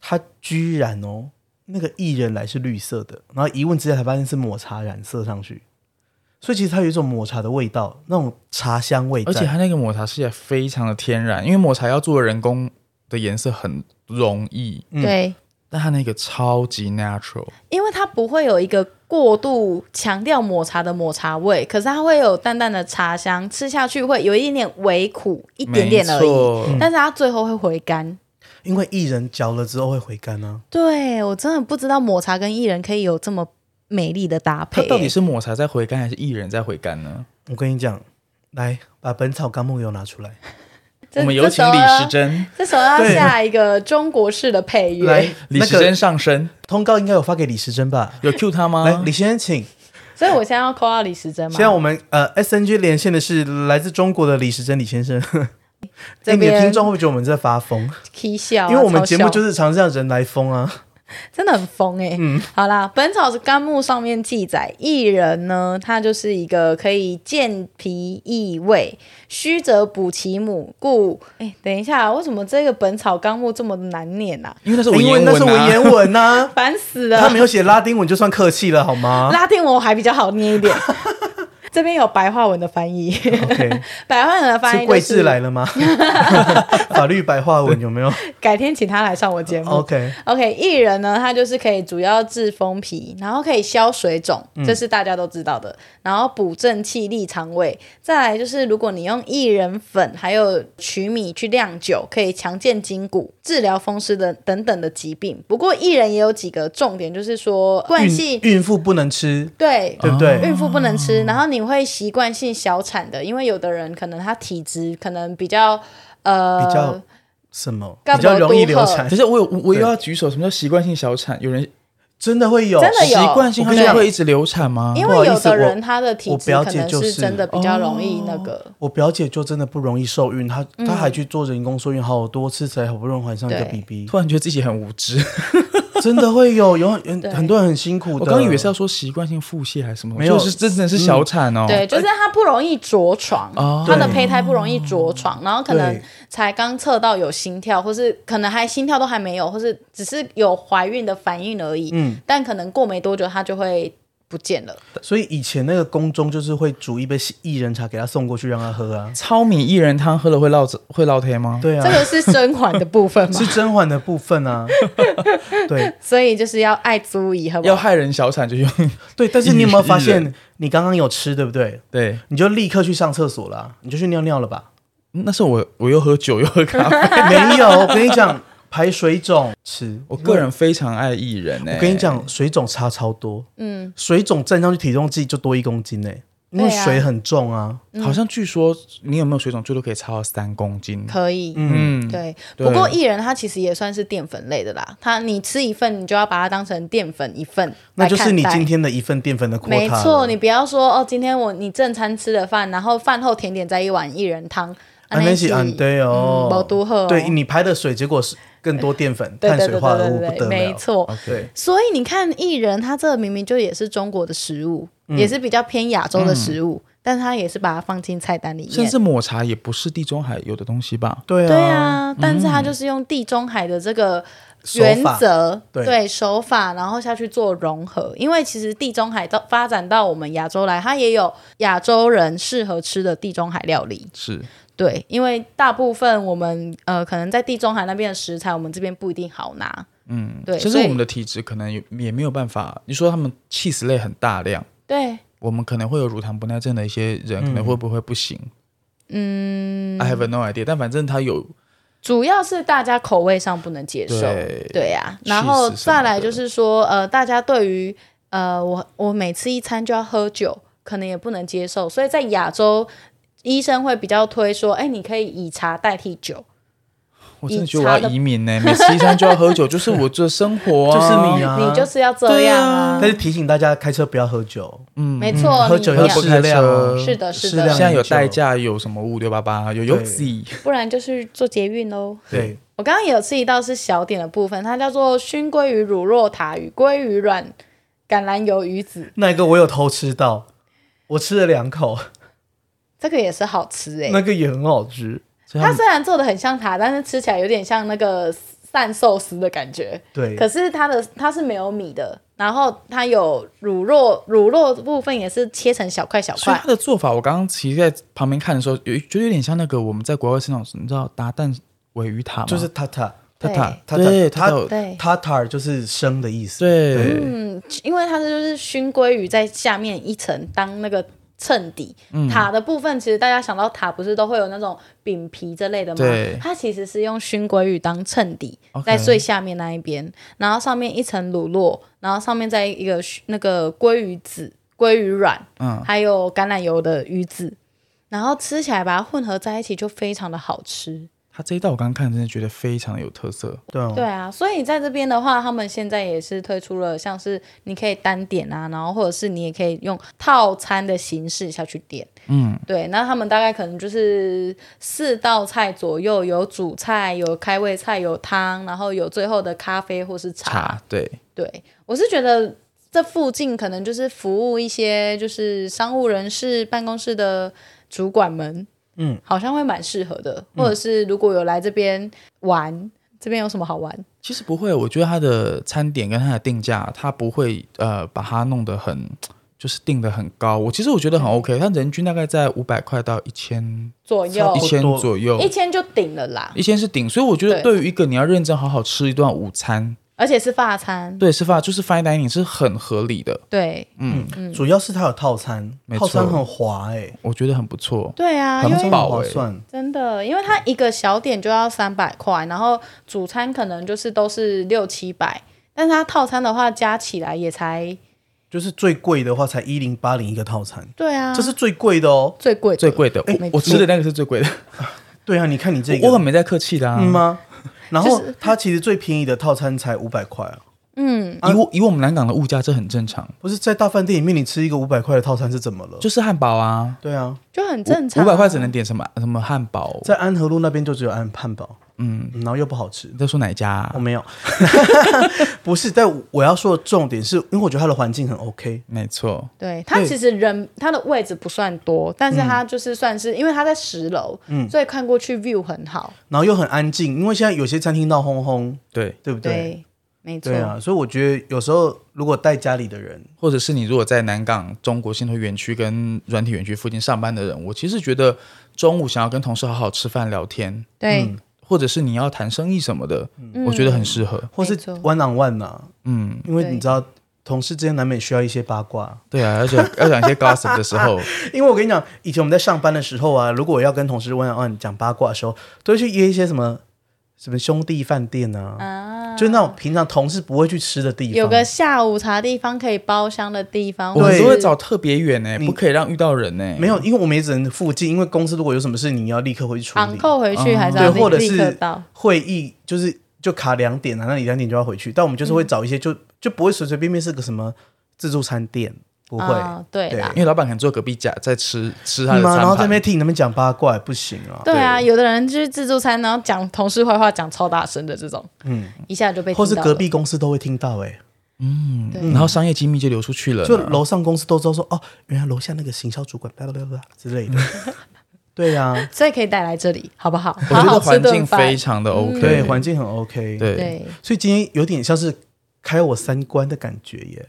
B: 它居然哦，那个薏仁来是绿色的，然后一问之下才发现是抹茶染色上去，所以其实它有一种抹茶的味道，那种茶香味在。
C: 而且它那个抹茶吃起来非常的天然，因为抹茶要做的人工的颜色很容易，
B: 嗯
A: 对，
C: 但它那个超级 natural，
A: 因为它不会有一个过度强调抹茶的抹茶味，可是它会有淡淡的茶香，吃下去会有一点点微苦，一点点而
C: 没
A: 已，
C: 错
B: 嗯
A: 但是它最后会回甘。
B: 因为薏仁嚼了之后会回甘啊，
A: 对我真的不知道抹茶跟薏仁可以有这么美丽的搭配、
C: 它到底是抹茶在回甘还是薏仁在回甘呢？
B: 我跟你讲，来把《本草纲目》又拿出来，
A: 这啊
C: 我们有请李时，珍，
A: 这时候要这时候
B: 对
A: 要下一个中国式的配乐
B: 来，
C: 李
B: 那
C: 时珍啊
B: 个
C: 上身，
B: 通告应该有发给李时珍吧？
C: 有 cue 他吗？
B: 来，李先生请。
A: 所以我现在要扣到李时珍嘛。
B: 现在我们呃 S N G 连线的是来自中国的李时珍李 先生。哎，
A: 这
B: 你的
A: 边
B: 听众会不会觉得我们在发疯？
A: k 笑啊、
B: 因为我们节目
A: 超
B: 就
A: 笑
B: 是嗯常让人来疯啊。
A: 真的很疯哎、好啦，《本草纲目》上面记载，薏仁呢，它就是一个可以健脾益胃、虚则补其母，故哎、等一下，为什么这个《本草纲目》这么难念啊？
C: 因为那是文
B: 哎因为
C: 言文、啊，
B: 那是文言文呐、
A: 烦死了！
B: 他没有写拉丁文就算客气了好吗
A: 拉丁文我还比较好念一点。 这边有白话文的翻译，
B: ？OK，
A: 白话文的翻
B: 是
A: 译就
B: 桂志
A: 是
B: 来 了吗？法律白话文有没有
A: 改天请他来上我节目。
B: ？OK，
A: OK，薏仁呢，它就是可以主要治风皮，然后可以消水肿，
B: 嗯
A: 这是大家都知道的。然后补正气、利肠胃。再来就是，如果你用薏仁粉还有曲米去酿酒，可以强健筋骨，治疗风湿的等等的疾病。不过薏仁也有几个重点，就是说惯
B: 孕
A: 性。
B: 孕妇不能吃，
A: 对，
B: 对不对？
A: 孕妇不能吃，然后你会习惯性小产的，因为有的人可能他体质可能比较呃
B: 比较什么
A: 干
B: 比较容
A: 薄
B: 易流
A: 肚
B: 产
C: 可？是我有我我又要举手，什么叫习惯性小产？有人
B: 真的会有，
A: 真的
C: 习
A: 有
C: 惯性
B: 我
C: 他
B: 跟
A: 你
C: 就
A: 讲
C: 会一直流产吗？
A: 因
B: 哦不好
A: 为
B: 意
A: 有
B: 思
A: 的
B: 我
A: 人他的体
B: 我
A: 质
B: 表
A: 可
B: 姐
A: 能
B: 就是是
A: 真的比较容易那个，
B: 我表姐就真的不容易受孕，她她还去做人工受孕，好多次才好不容易怀上一个
A: 嗯对
B: BB，
C: 突然觉得自己很 无知，
B: 真的会有，有很
A: 对
B: 很多人很辛苦
C: 我
B: 的。
C: 刚以为是要说习惯性腹泻还是什么，
B: 没有嗯
C: 就是真的是小产哦。
A: 对，
B: 哎
A: 就是他不容易着床，
C: 哦
A: 他的胚胎不容易着床，然后可能
B: 对
A: 才刚测到有心跳，或是可能还心跳都还没有，或是只是有怀孕的反应而已，
B: 嗯
A: 但可能过没多久他就会不见了。
B: 呃所以以前那个宫中就是会煮一杯薏仁茶给她送过去让她喝啊。
C: 糙米薏仁汤喝了会落会落天吗？
B: 对
A: 这
B: 啊，
A: 个是甄嬛的部分嘛
B: 是，甄嬛的部分 啊。对
A: 所以就是要爱足以，好不
C: 要
A: 好？
C: 害人小产就用
B: 对，但是你有没有发
C: 薏
B: 现，你刚刚有吃对不 对？
C: 对，
B: 你就立刻去上厕所啦、你就去尿尿了吧？
C: 那是我我又喝酒又喝 咖啡，
B: 没有，我跟你讲，排水肿吃。
C: 我个人非常爱薏仁欸诶。
B: 我跟你，
A: 哎
B: 讲，水肿差超多。嗯，水肿站上去体重计就多一公斤呢、因为
A: 对啊
B: 水很重啊。
C: 好像据说你有没有水肿，最多可以超到三公斤。
A: 可以，
C: 嗯，
A: 对，
C: 对
A: 不过薏仁它其实也算是淀粉类的啦，它你吃一份，你就要把它当成淀粉一份
B: 那
A: 来
B: 就是
A: 看
B: 你
A: 待
B: 今。天的一份淀粉的 quota
A: 没
B: 了啊
A: 错，你不要说哦，今天我你正餐吃了饭，然后饭后甜点再一碗薏仁汤，
B: 啊，那是安对哦，
A: 没多喝哦
B: 对你排的水，结果是更多淀粉、
A: 对
B: 碳
A: 对
B: 水
A: 对
B: 化合
A: 对
B: 物，
A: 对
B: 不
A: 对，
B: 得
A: 没
B: 了。
A: 错。
B: 对，
A: 所以你看薏仁，它这个明明就也是中国的食物，
B: 嗯
A: 也是比较偏亚洲的食物，但它也是把它放进菜单里
C: 甚
A: 面
C: 至。抹茶也不是地中海有的东西吧？
B: 对啊，嗯
A: 对啊，但是它就是用地中海的这个
B: 手
A: 原
B: 法
A: 则，
B: 对
A: 手法，然后下去做融合。因为其实地中海到发展到我们亚洲来，它也有亚洲人适合吃的地中海料理。
C: 是，
A: 对，因为大部分我们呃，可能在地中海那边的食材，我们这边不一定好拿。嗯，对，
C: 其实
A: 所以
C: 我们的体质可能也也没有办法。你说他们 cheese 类很大量。
A: 对
C: 我们可能会有乳糖不耐症的一些人，可能会不会不行？嗯，I have no idea。但反正他有
A: 主要是大家口味上不能接受。
C: 对
A: 对呀、
C: 气
A: 然后
C: 死什么
A: 再来
C: 的
A: 就是说，呃，大家对于呃，我我每次一餐就要喝酒，可能也不能接受，所以在亚洲。医生会比较推说，哎，你可以以茶代替酒，
C: 我真的觉得我要移民呢、每次一餐就要喝酒，就是我这生活、
B: 就
C: 啊，
B: 是你啊，
A: 你就是要这
C: 对
A: 样
C: 啊
A: 啊，
B: 但是提醒大家开车不要喝酒，
A: 没
C: 嗯
A: 错，
B: 喝酒
A: 你
B: 要
A: 要
C: 不
B: 适量啊
C: 开车
A: 是的是的
B: 适量饮酒
C: 现在有代驾，有什么五六八八，有 u
B: 对
C: z
A: 不然就是做捷运喽。
B: 对，
A: 我刚刚也有吃一道是小点的部分，它叫做熏鲑鱼乳酪塔与鲑鱼软橄榄油鱼子，
B: 那一个我有偷吃到，我吃了两口，
A: 这个也是好吃哎、
B: 那个也很好吃。
C: 所以
A: 它
C: 他们
A: 虽然做的很像塔，但是吃起来有点像那个蛋寿司的感觉。
B: 对，
A: 可是它的它是没有米的，然后它有乳酪，乳酪部分也是切成小块小
C: 所以
A: 块
C: 它。的做法，我刚刚其实在旁边看的时候，有就有点像那个我们在国外吃那种，你知道打蛋尾鱼塔吗？
B: 就是塔塔
C: 塔塔，
B: 塔
C: 对
B: 塔
C: 塔塔，
A: 对
B: 塔塔就是生的意思。
C: 对，
A: 嗯，因为它这就是熏鲑鱼在下面一层当那个衬底，
C: 嗯
A: 塔的部分其实大家想到塔不是都会有那种饼皮之类的
C: 对
A: 吗？它其实是用熏鲑鱼当衬底
C: OK
A: 在最下面那一边，然后上面一层乳酪，然后上面再一个熏那个鲑鱼籽、鲑鱼卵，
C: 嗯
A: 还有橄榄油的鱼籽，然后吃起来把它混合在一起就非常的好吃。
C: 它这一道我刚刚看，真的觉得非常有特色。
B: 对啊，
A: 对啊，所以在这边的话，他们现在也是推出了像是你可以单点啊，然后或者是你也可以用套餐的形式下去点。
C: 嗯，
A: 对，那他们大概可能就是四道菜左右，有主菜，有开胃菜，有汤，然后有最后的咖啡或是茶。
C: 茶对，
A: 对我是觉得。这附近可能就是服务一些就是商务人士、办公室的主管们，
B: 嗯，
A: 好像会蛮适合的。或者是如果有来这边玩，这边有什么好玩？
C: 其实不会，我觉得它的餐点跟它的定价，它不会呃把它弄得很。就是定的很高，我其实我觉得很 OK，它人均大概在五百块到一千
A: 左右
C: 一，千
B: 哦多
C: 左右，
A: 一千就顶了啦，
C: 一千是顶，所以我觉得
A: 对
C: 对于一个你要认真好好吃一顿午餐，
A: 而且是法餐，
C: 对，是发就是 fine dining 是很合理的，
A: 对
C: 嗯，
B: 主要是它有套餐
C: 没，
B: 套
C: 错
B: 餐很划哎，
C: 我觉得很不错。
A: 对啊，
C: 很
A: 因为
B: 套餐很
C: 饱
B: 划
C: 欸
B: 算。
A: 真的，因为它一个小点就要三百块，然后主餐可能就是都是六七百，但是它套餐的话加起来也才
B: 就是最贵的话才一零八零一个套餐，
A: 对啊，
B: 这是最贵的哦。
A: 最贵的
C: 最贵的，
A: 哎
C: 我我吃的那个是最贵的，
B: 对啊，你看你这个，
C: 我很没在客气的啊。
B: 嗯吗？然后
A: 就是
B: 它其实最便宜的套餐才五百块啊，
A: 嗯
C: 以我以我们南港的物价，这很正常，
B: 不是在大饭店里面你吃一个五百块的套餐是怎么了？
C: 就是汉堡啊，
B: 对啊，
A: 就很正常，
C: 五百块只能点什么什么汉堡。
B: 在安和路那边就只有安汉堡，嗯，然后又不好 吃哦
C: 你。在说哪一家啊、
B: 我没有， 不是，但我要说的重点是因为我觉得它的环境很 OK，
C: 没错，
A: 对，它其实人它的位置不算多，但是它就是算是、因为它在十楼，所以看过去 view 很好，
B: 然后又很安静，因为现在有些餐厅闹哄哄，
C: 对，
B: 对不
A: 对，
B: 对？
A: 没错，
B: 对啊，所以我觉得有时候如果带家里的人，
C: 或者是你如果在南港中国信托园区跟软体园区附近上班的人，我其实觉得中午想要跟同事好好吃饭聊天，
A: 对
C: 或者是你要谈生意什么的，
B: 嗯
C: 我觉得很适合。
B: 或是
A: 没错
B: one on one 啊，
C: 嗯，
B: 因为
A: 对
B: 你知道同事之间难免需要一些八卦。
C: 对啊，而且要讲一些 gossip 的 时候，
B: 因为我跟你讲，以前我们在上班的时候啊，如果要跟同事问啊讲八卦的时候，都会去约一些什么什么兄弟饭店啊，
A: 啊，
B: 就是那种平常同事不会去吃的地方。
A: 有个下午茶地方可以包厢的地方，
C: 我
A: 或者
C: 们
B: 对
C: 都
A: 是
C: 会找特别远呢，不可以让遇到人呢。
B: 没有，因为我们也只能附近，因为公司如果有什么事，你要立刻回去处
A: 昂
B: 理。嗯
A: 扣回去还是
B: 对，
A: 要
B: 或者
A: 立立刻
B: 是
A: 到。
B: 会议就是就卡两点啊，那你两点就要回去。但我们就是
A: 嗯
B: 会找一些就、就不会随随便便是个什么自助餐店，不会。
A: 啊对
B: 对
A: 啦，
C: 因为老板可能坐隔壁家在吃吃他的
B: 嗯啊
C: 餐
B: 然后在那
C: 盘
B: 边，听你们讲八卦不行啊，
A: 对啊，有的人就是自助餐，然后讲同事坏话讲超大声的这种，嗯，一下就被
B: 或是
A: 听到
B: 隔
A: 了
B: 壁公司都会听到哎、欸
A: 对
C: 然后商业机密就流出去了。
B: 嗯就楼上公司都知道说哦，原来楼下那个行销主管叭叭叭叭之类 的。对呀、啊，
A: 所以可以带来这里，好不好？
C: 我
A: 好
C: 觉得
A: 好吃
C: 环
A: 顿
C: 境
A: 饭
C: 非常的 OK，
B: 嗯对，环境很 OK。，
C: 对，
A: 对，
B: 所以今天有点像是开我三观的感觉耶。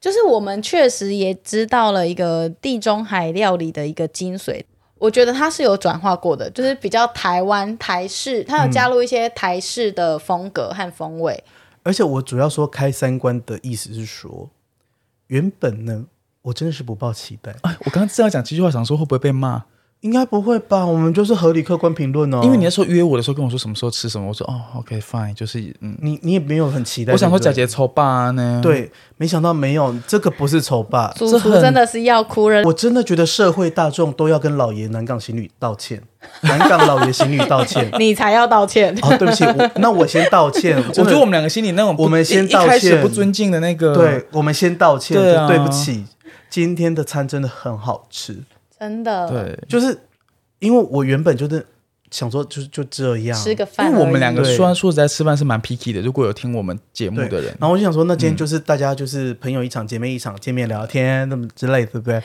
A: 就是我们确实也知道了一个地中海料理的一个精髓。我觉得它是有转化过的，就是比较台湾台式，它有加入一些台式的风格和风味。
B: 而且我主要说开三观的意思是说，原本呢，我真的是不抱期待，
C: 哎，我刚刚正要讲这句话，想说会不会被骂？
B: 应该不会吧？我们就是合理客观评论哦。
C: 因为你那时候约我的时候跟我说什么时候吃什么，我说哦，OK fine，就是嗯，
B: 你你也没有很期待，
C: 我想说
B: 对
C: 假
B: 不对
C: 节抽吧呢，，
B: 对，没想到没有，这个不是丑霸。
A: 主厨真的是要哭人，。
B: 我真的觉得社会大众都要跟老爷南港行旅道 歉，南港老爷行旅道歉
A: 你才要道歉。
B: 哦，对不起，我那我先道歉。
C: 我
B: 真
C: 觉
B: 的
C: 得我们两个心里那种不
B: 我们先
C: 一一
B: 道
C: 开始
B: 歉
C: 不尊敬的那个，
B: 对，我们先道歉，
C: 对啊
B: 就对不起。今天的餐真的很好吃，
A: 真的，
C: 对，
B: 就是因为我原本就是想说就，就这样
A: 吃个饭而
C: 因
A: 已。
C: 为我们两个
B: 对
C: 虽然说实在吃饭是蛮 picky 的，如果有听我们节目
B: 对
C: 的人，
B: 然后我就想说，那今天就是大家就是朋友一场，姐妹一场，见面聊天那么之类，对不对？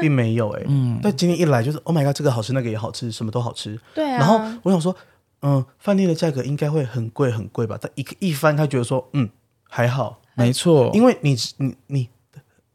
B: 并没有哎、嗯。但今天一来就是，Oh my god，这个好吃，那个也好吃，什么都好吃。
A: 对啊，
B: 然后我想说，嗯，饭店的价格应该会很贵很贵吧？但一一翻，他觉得说，嗯，还好，
C: 没错，
B: 因为你你你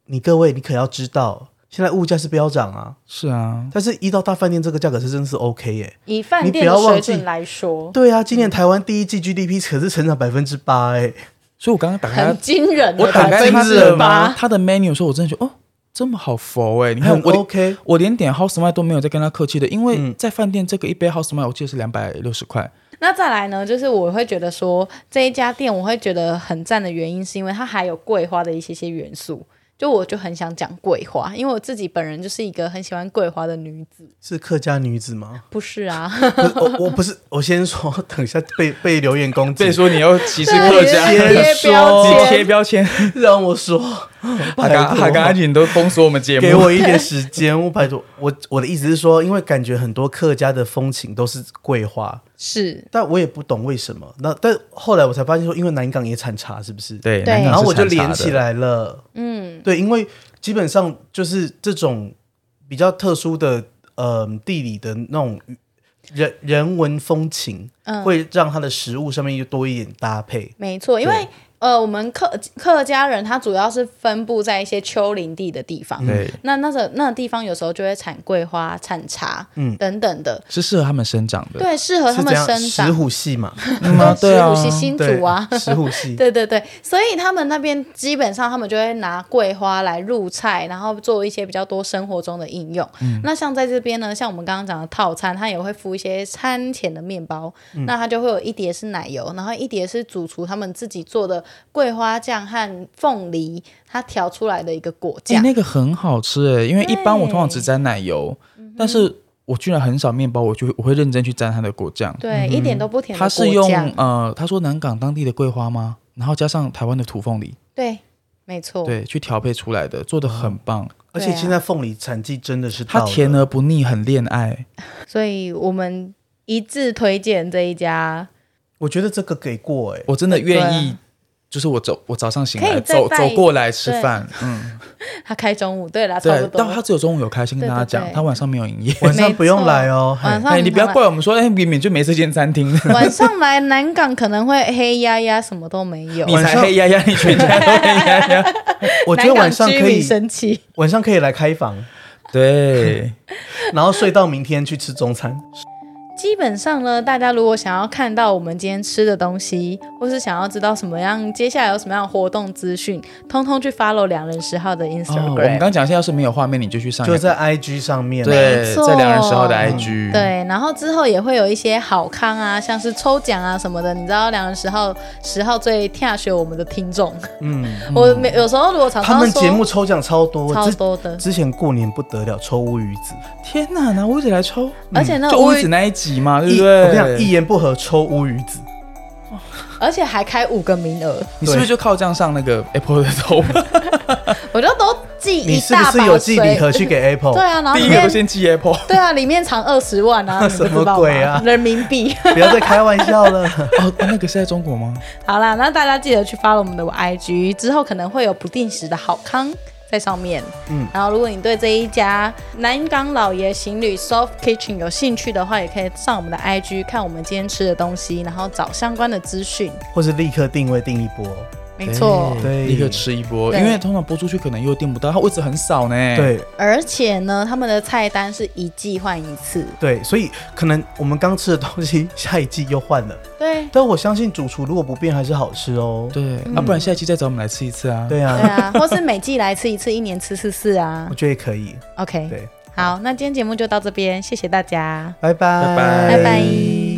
B: 你各位，你可要知道，现在物价是飙涨啊，
C: 是啊，
B: 但是一到大饭店这个价格是真是 OK 耶、
D: 以饭
B: 你
D: 店
B: 不
D: 的
B: 要忘
D: 水
B: 记
D: 准来
A: 哦
D: 说，
B: 对啊，今年台湾第一季 GDP 可是成长百分之八哎，
C: 所以我刚刚打
B: 啊
C: 开
A: 很
C: 它
A: 惊人
C: 我
A: 的
C: 打
A: 百
C: 开
A: 分
C: 它
A: 之
C: 的
A: 八，
C: 它的 menu 的时候，我真的觉得哦，这么好佛哎、你看
B: 很
C: 我连
B: OK。
C: 我连点 house wine 都没有在跟他客气的，因为
B: 嗯
C: 在饭店这个一杯 house wine 我记得是两百六十块，
A: 那再来呢，就是我会觉得说这一家店我会觉得很赞的原因，是因为它还有桂花的一些些元素。就我就很想讲桂花，因为我自己本人就是一个很喜欢桂花的女子。
B: 是客家女子 吗？
A: 不是啊，
B: 不是我我不是，我先说，等一下被被留言攻击
C: 所以，说你要歧视客
A: 对
C: 家，
A: 贴
B: 先
A: 标
B: 说
C: 你
A: 签
C: 贴标签，
B: 让我 说，
C: 哈嘎
B: 拜托
C: 哈嘎，你都封锁我们节目，
B: 给我一点时间，我拜托。我我的意思是说，因为感觉很多客家的风情都是桂花，
A: 是
B: 但我也不懂为什么。那但后来我才发现说，因为南港也产茶，是不是？。
C: 对，
A: 对
C: 南港
B: 然后我
C: 是
B: 就
C: 产茶
B: 连
C: 的
B: 起，来了。嗯，对，因为基本上就是这种比较特殊的，呃，地理的那种人人文风情，
A: 嗯
B: 会让它的食物上面又多一点搭配。
A: 没错，因为呃，我们客客家人他主要是分布在一些丘陵地的地方。
C: 对，
A: 那那个那个地方有时候就会产桂花、产茶，嗯，等等的，
C: 是适合他们生长的，
A: 对，适合他
B: 是怎
A: 们
B: 样？
A: 生
B: 石
A: 长。
B: 虎 系嘛，
C: 嗯啊对啊，
A: 石虎系新
B: 对
A: 竹啊，
B: 石虎 系。
A: 对对对，所以他们那边基本上他们就会拿桂花来入菜，然后做一些比较多生活中的应用。
C: 嗯
A: 那像在这边呢，像我们刚刚讲的套餐，它也会附一些餐前的面包，
C: 嗯
A: 那它就会有一碟是奶油，然后一碟是主厨他们自己做的桂花酱和凤梨，它调出来的一个果
C: 哎、
A: 酱。
C: 那个很好吃哎、因为一般我通常只沾奶油，但是我居然很少面包，我就会我会认真去沾它的果酱。
A: 对，一点都不甜的
C: 它是
A: 果
C: 用
A: 酱，
C: 呃，他说南港当地的桂花吗？然后加上台湾的土凤梨，
A: 对，没错，
C: 对，去调配出来的，做的很棒。
B: 而
A: 对
B: 且
A: 啊
B: 现在凤梨产季真的是
C: 它
B: 到
C: 甜
B: 了，
C: 而不腻，很恋爱。
A: 所以我们一致推荐这一家，
B: 我觉得这个给过哎、
C: 我真的愿
A: 对
C: 意
A: 啊，
C: 就是我走，我早上醒
A: 可
C: 来
A: 以再
C: 走
A: 拜
C: 走过来吃饭，嗯，
A: 它开中午，对啦， 差不
C: 对。
A: 多。
C: 但他只有中午有开，先跟
A: 对
C: 大家
A: 对
C: 讲
A: 对，
C: 他晚上没有营业。
B: 晚上不用来哦，
A: 晚
B: 嘿
A: 上
C: 哎，你不要
A: 来
C: 怪我们说，哎，明明就没这间餐厅，
A: 晚上来南港可能会黑压压，什么都没有。
C: 你
B: 晚
C: 才
B: 上
C: 黑压压，你哎全家都黑 压压。
B: 我觉得晚上
A: 南
B: 可
A: 港居民
B: 以，
A: 生气。
B: 晚上可以来开房，
C: 对，
B: 然后睡到明天去吃中 餐。
A: 基本上呢，大家如果想要看到我们今天吃的东西，或是想要知道什么样接下来有什么样的活动资讯，通通去 follow 两人十号的
C: 哦，我们
A: Instagram。
C: 刚讲，现在要是没有画面，你就去上
B: 就在 IG 上面，啊
C: 对，
A: 错
C: 在两人十号的 IG，，
A: 对，然后之后也会有一些好康啊，像是抽奖啊什么的。你知道，两人十号十号最跳学我们的听众，
B: 嗯，
A: 我每有时候如果常
B: 他
A: 常
B: 们
A: 说
B: 节目抽奖超多，
A: 啊超
B: 之
A: 多的，
B: 之前过年不得了，抽乌鱼子，
C: 天哪，拿屋子来抽，
A: 而且那
C: 就
A: 个
C: 屋
A: 乌
C: 子那一集嘛，对
B: 一
C: 不对？
B: 我跟你讲，一言不合抽乌鱼子，
A: 而且还开五个名额，
C: 你是不是就靠这样上那个 Apple 的 头？
A: 哦我就都寄
B: 你
A: 一
B: 是不
A: 大把
B: 是有寄礼盒去 给
A: 对
B: Apple？
A: 啊，然后里
C: 第一个
A: 面
C: 都先 寄 Apple。
A: 对啊，里面藏二十万啊，你不知道吗
B: 什么鬼啊
A: 人民币。
B: 不要再开玩笑了，
C: 哦，那个是在中国吗？
A: 好啦，那大家记得去 follow 我们的 IG，之后可能会有不定时的好康在上面。嗯，然后如果你对这一家南港老爷行旅 Soft Kitchen 有兴趣的话，也可以上我们的 IG 看我们今天吃的东西，然后找相关的资讯。
B: 或是立刻定位定一波。
A: 没错。
B: 对
C: 立刻吃一波，
A: 对
C: 因为通常播出去可能又订不到，它位置很少呢。，
B: 对
A: 而且呢，他们的菜单是一季换一 次，
B: 对，所以可能我们刚吃的东西，下一季又换了。
A: 对，
B: 但我相信主厨如果不变还是好吃哦。
C: 对，啊，不然下一期再找我们来吃一次啊。，
B: 对
A: 对啊，
B: 啊，
A: 或是每季来吃一次，一年吃四次啊
B: 我。觉得也可以。
A: OK，
B: 对，
A: 好，那今天节目就到这边，谢谢大家。
B: 拜拜，
C: 拜拜
A: 拜拜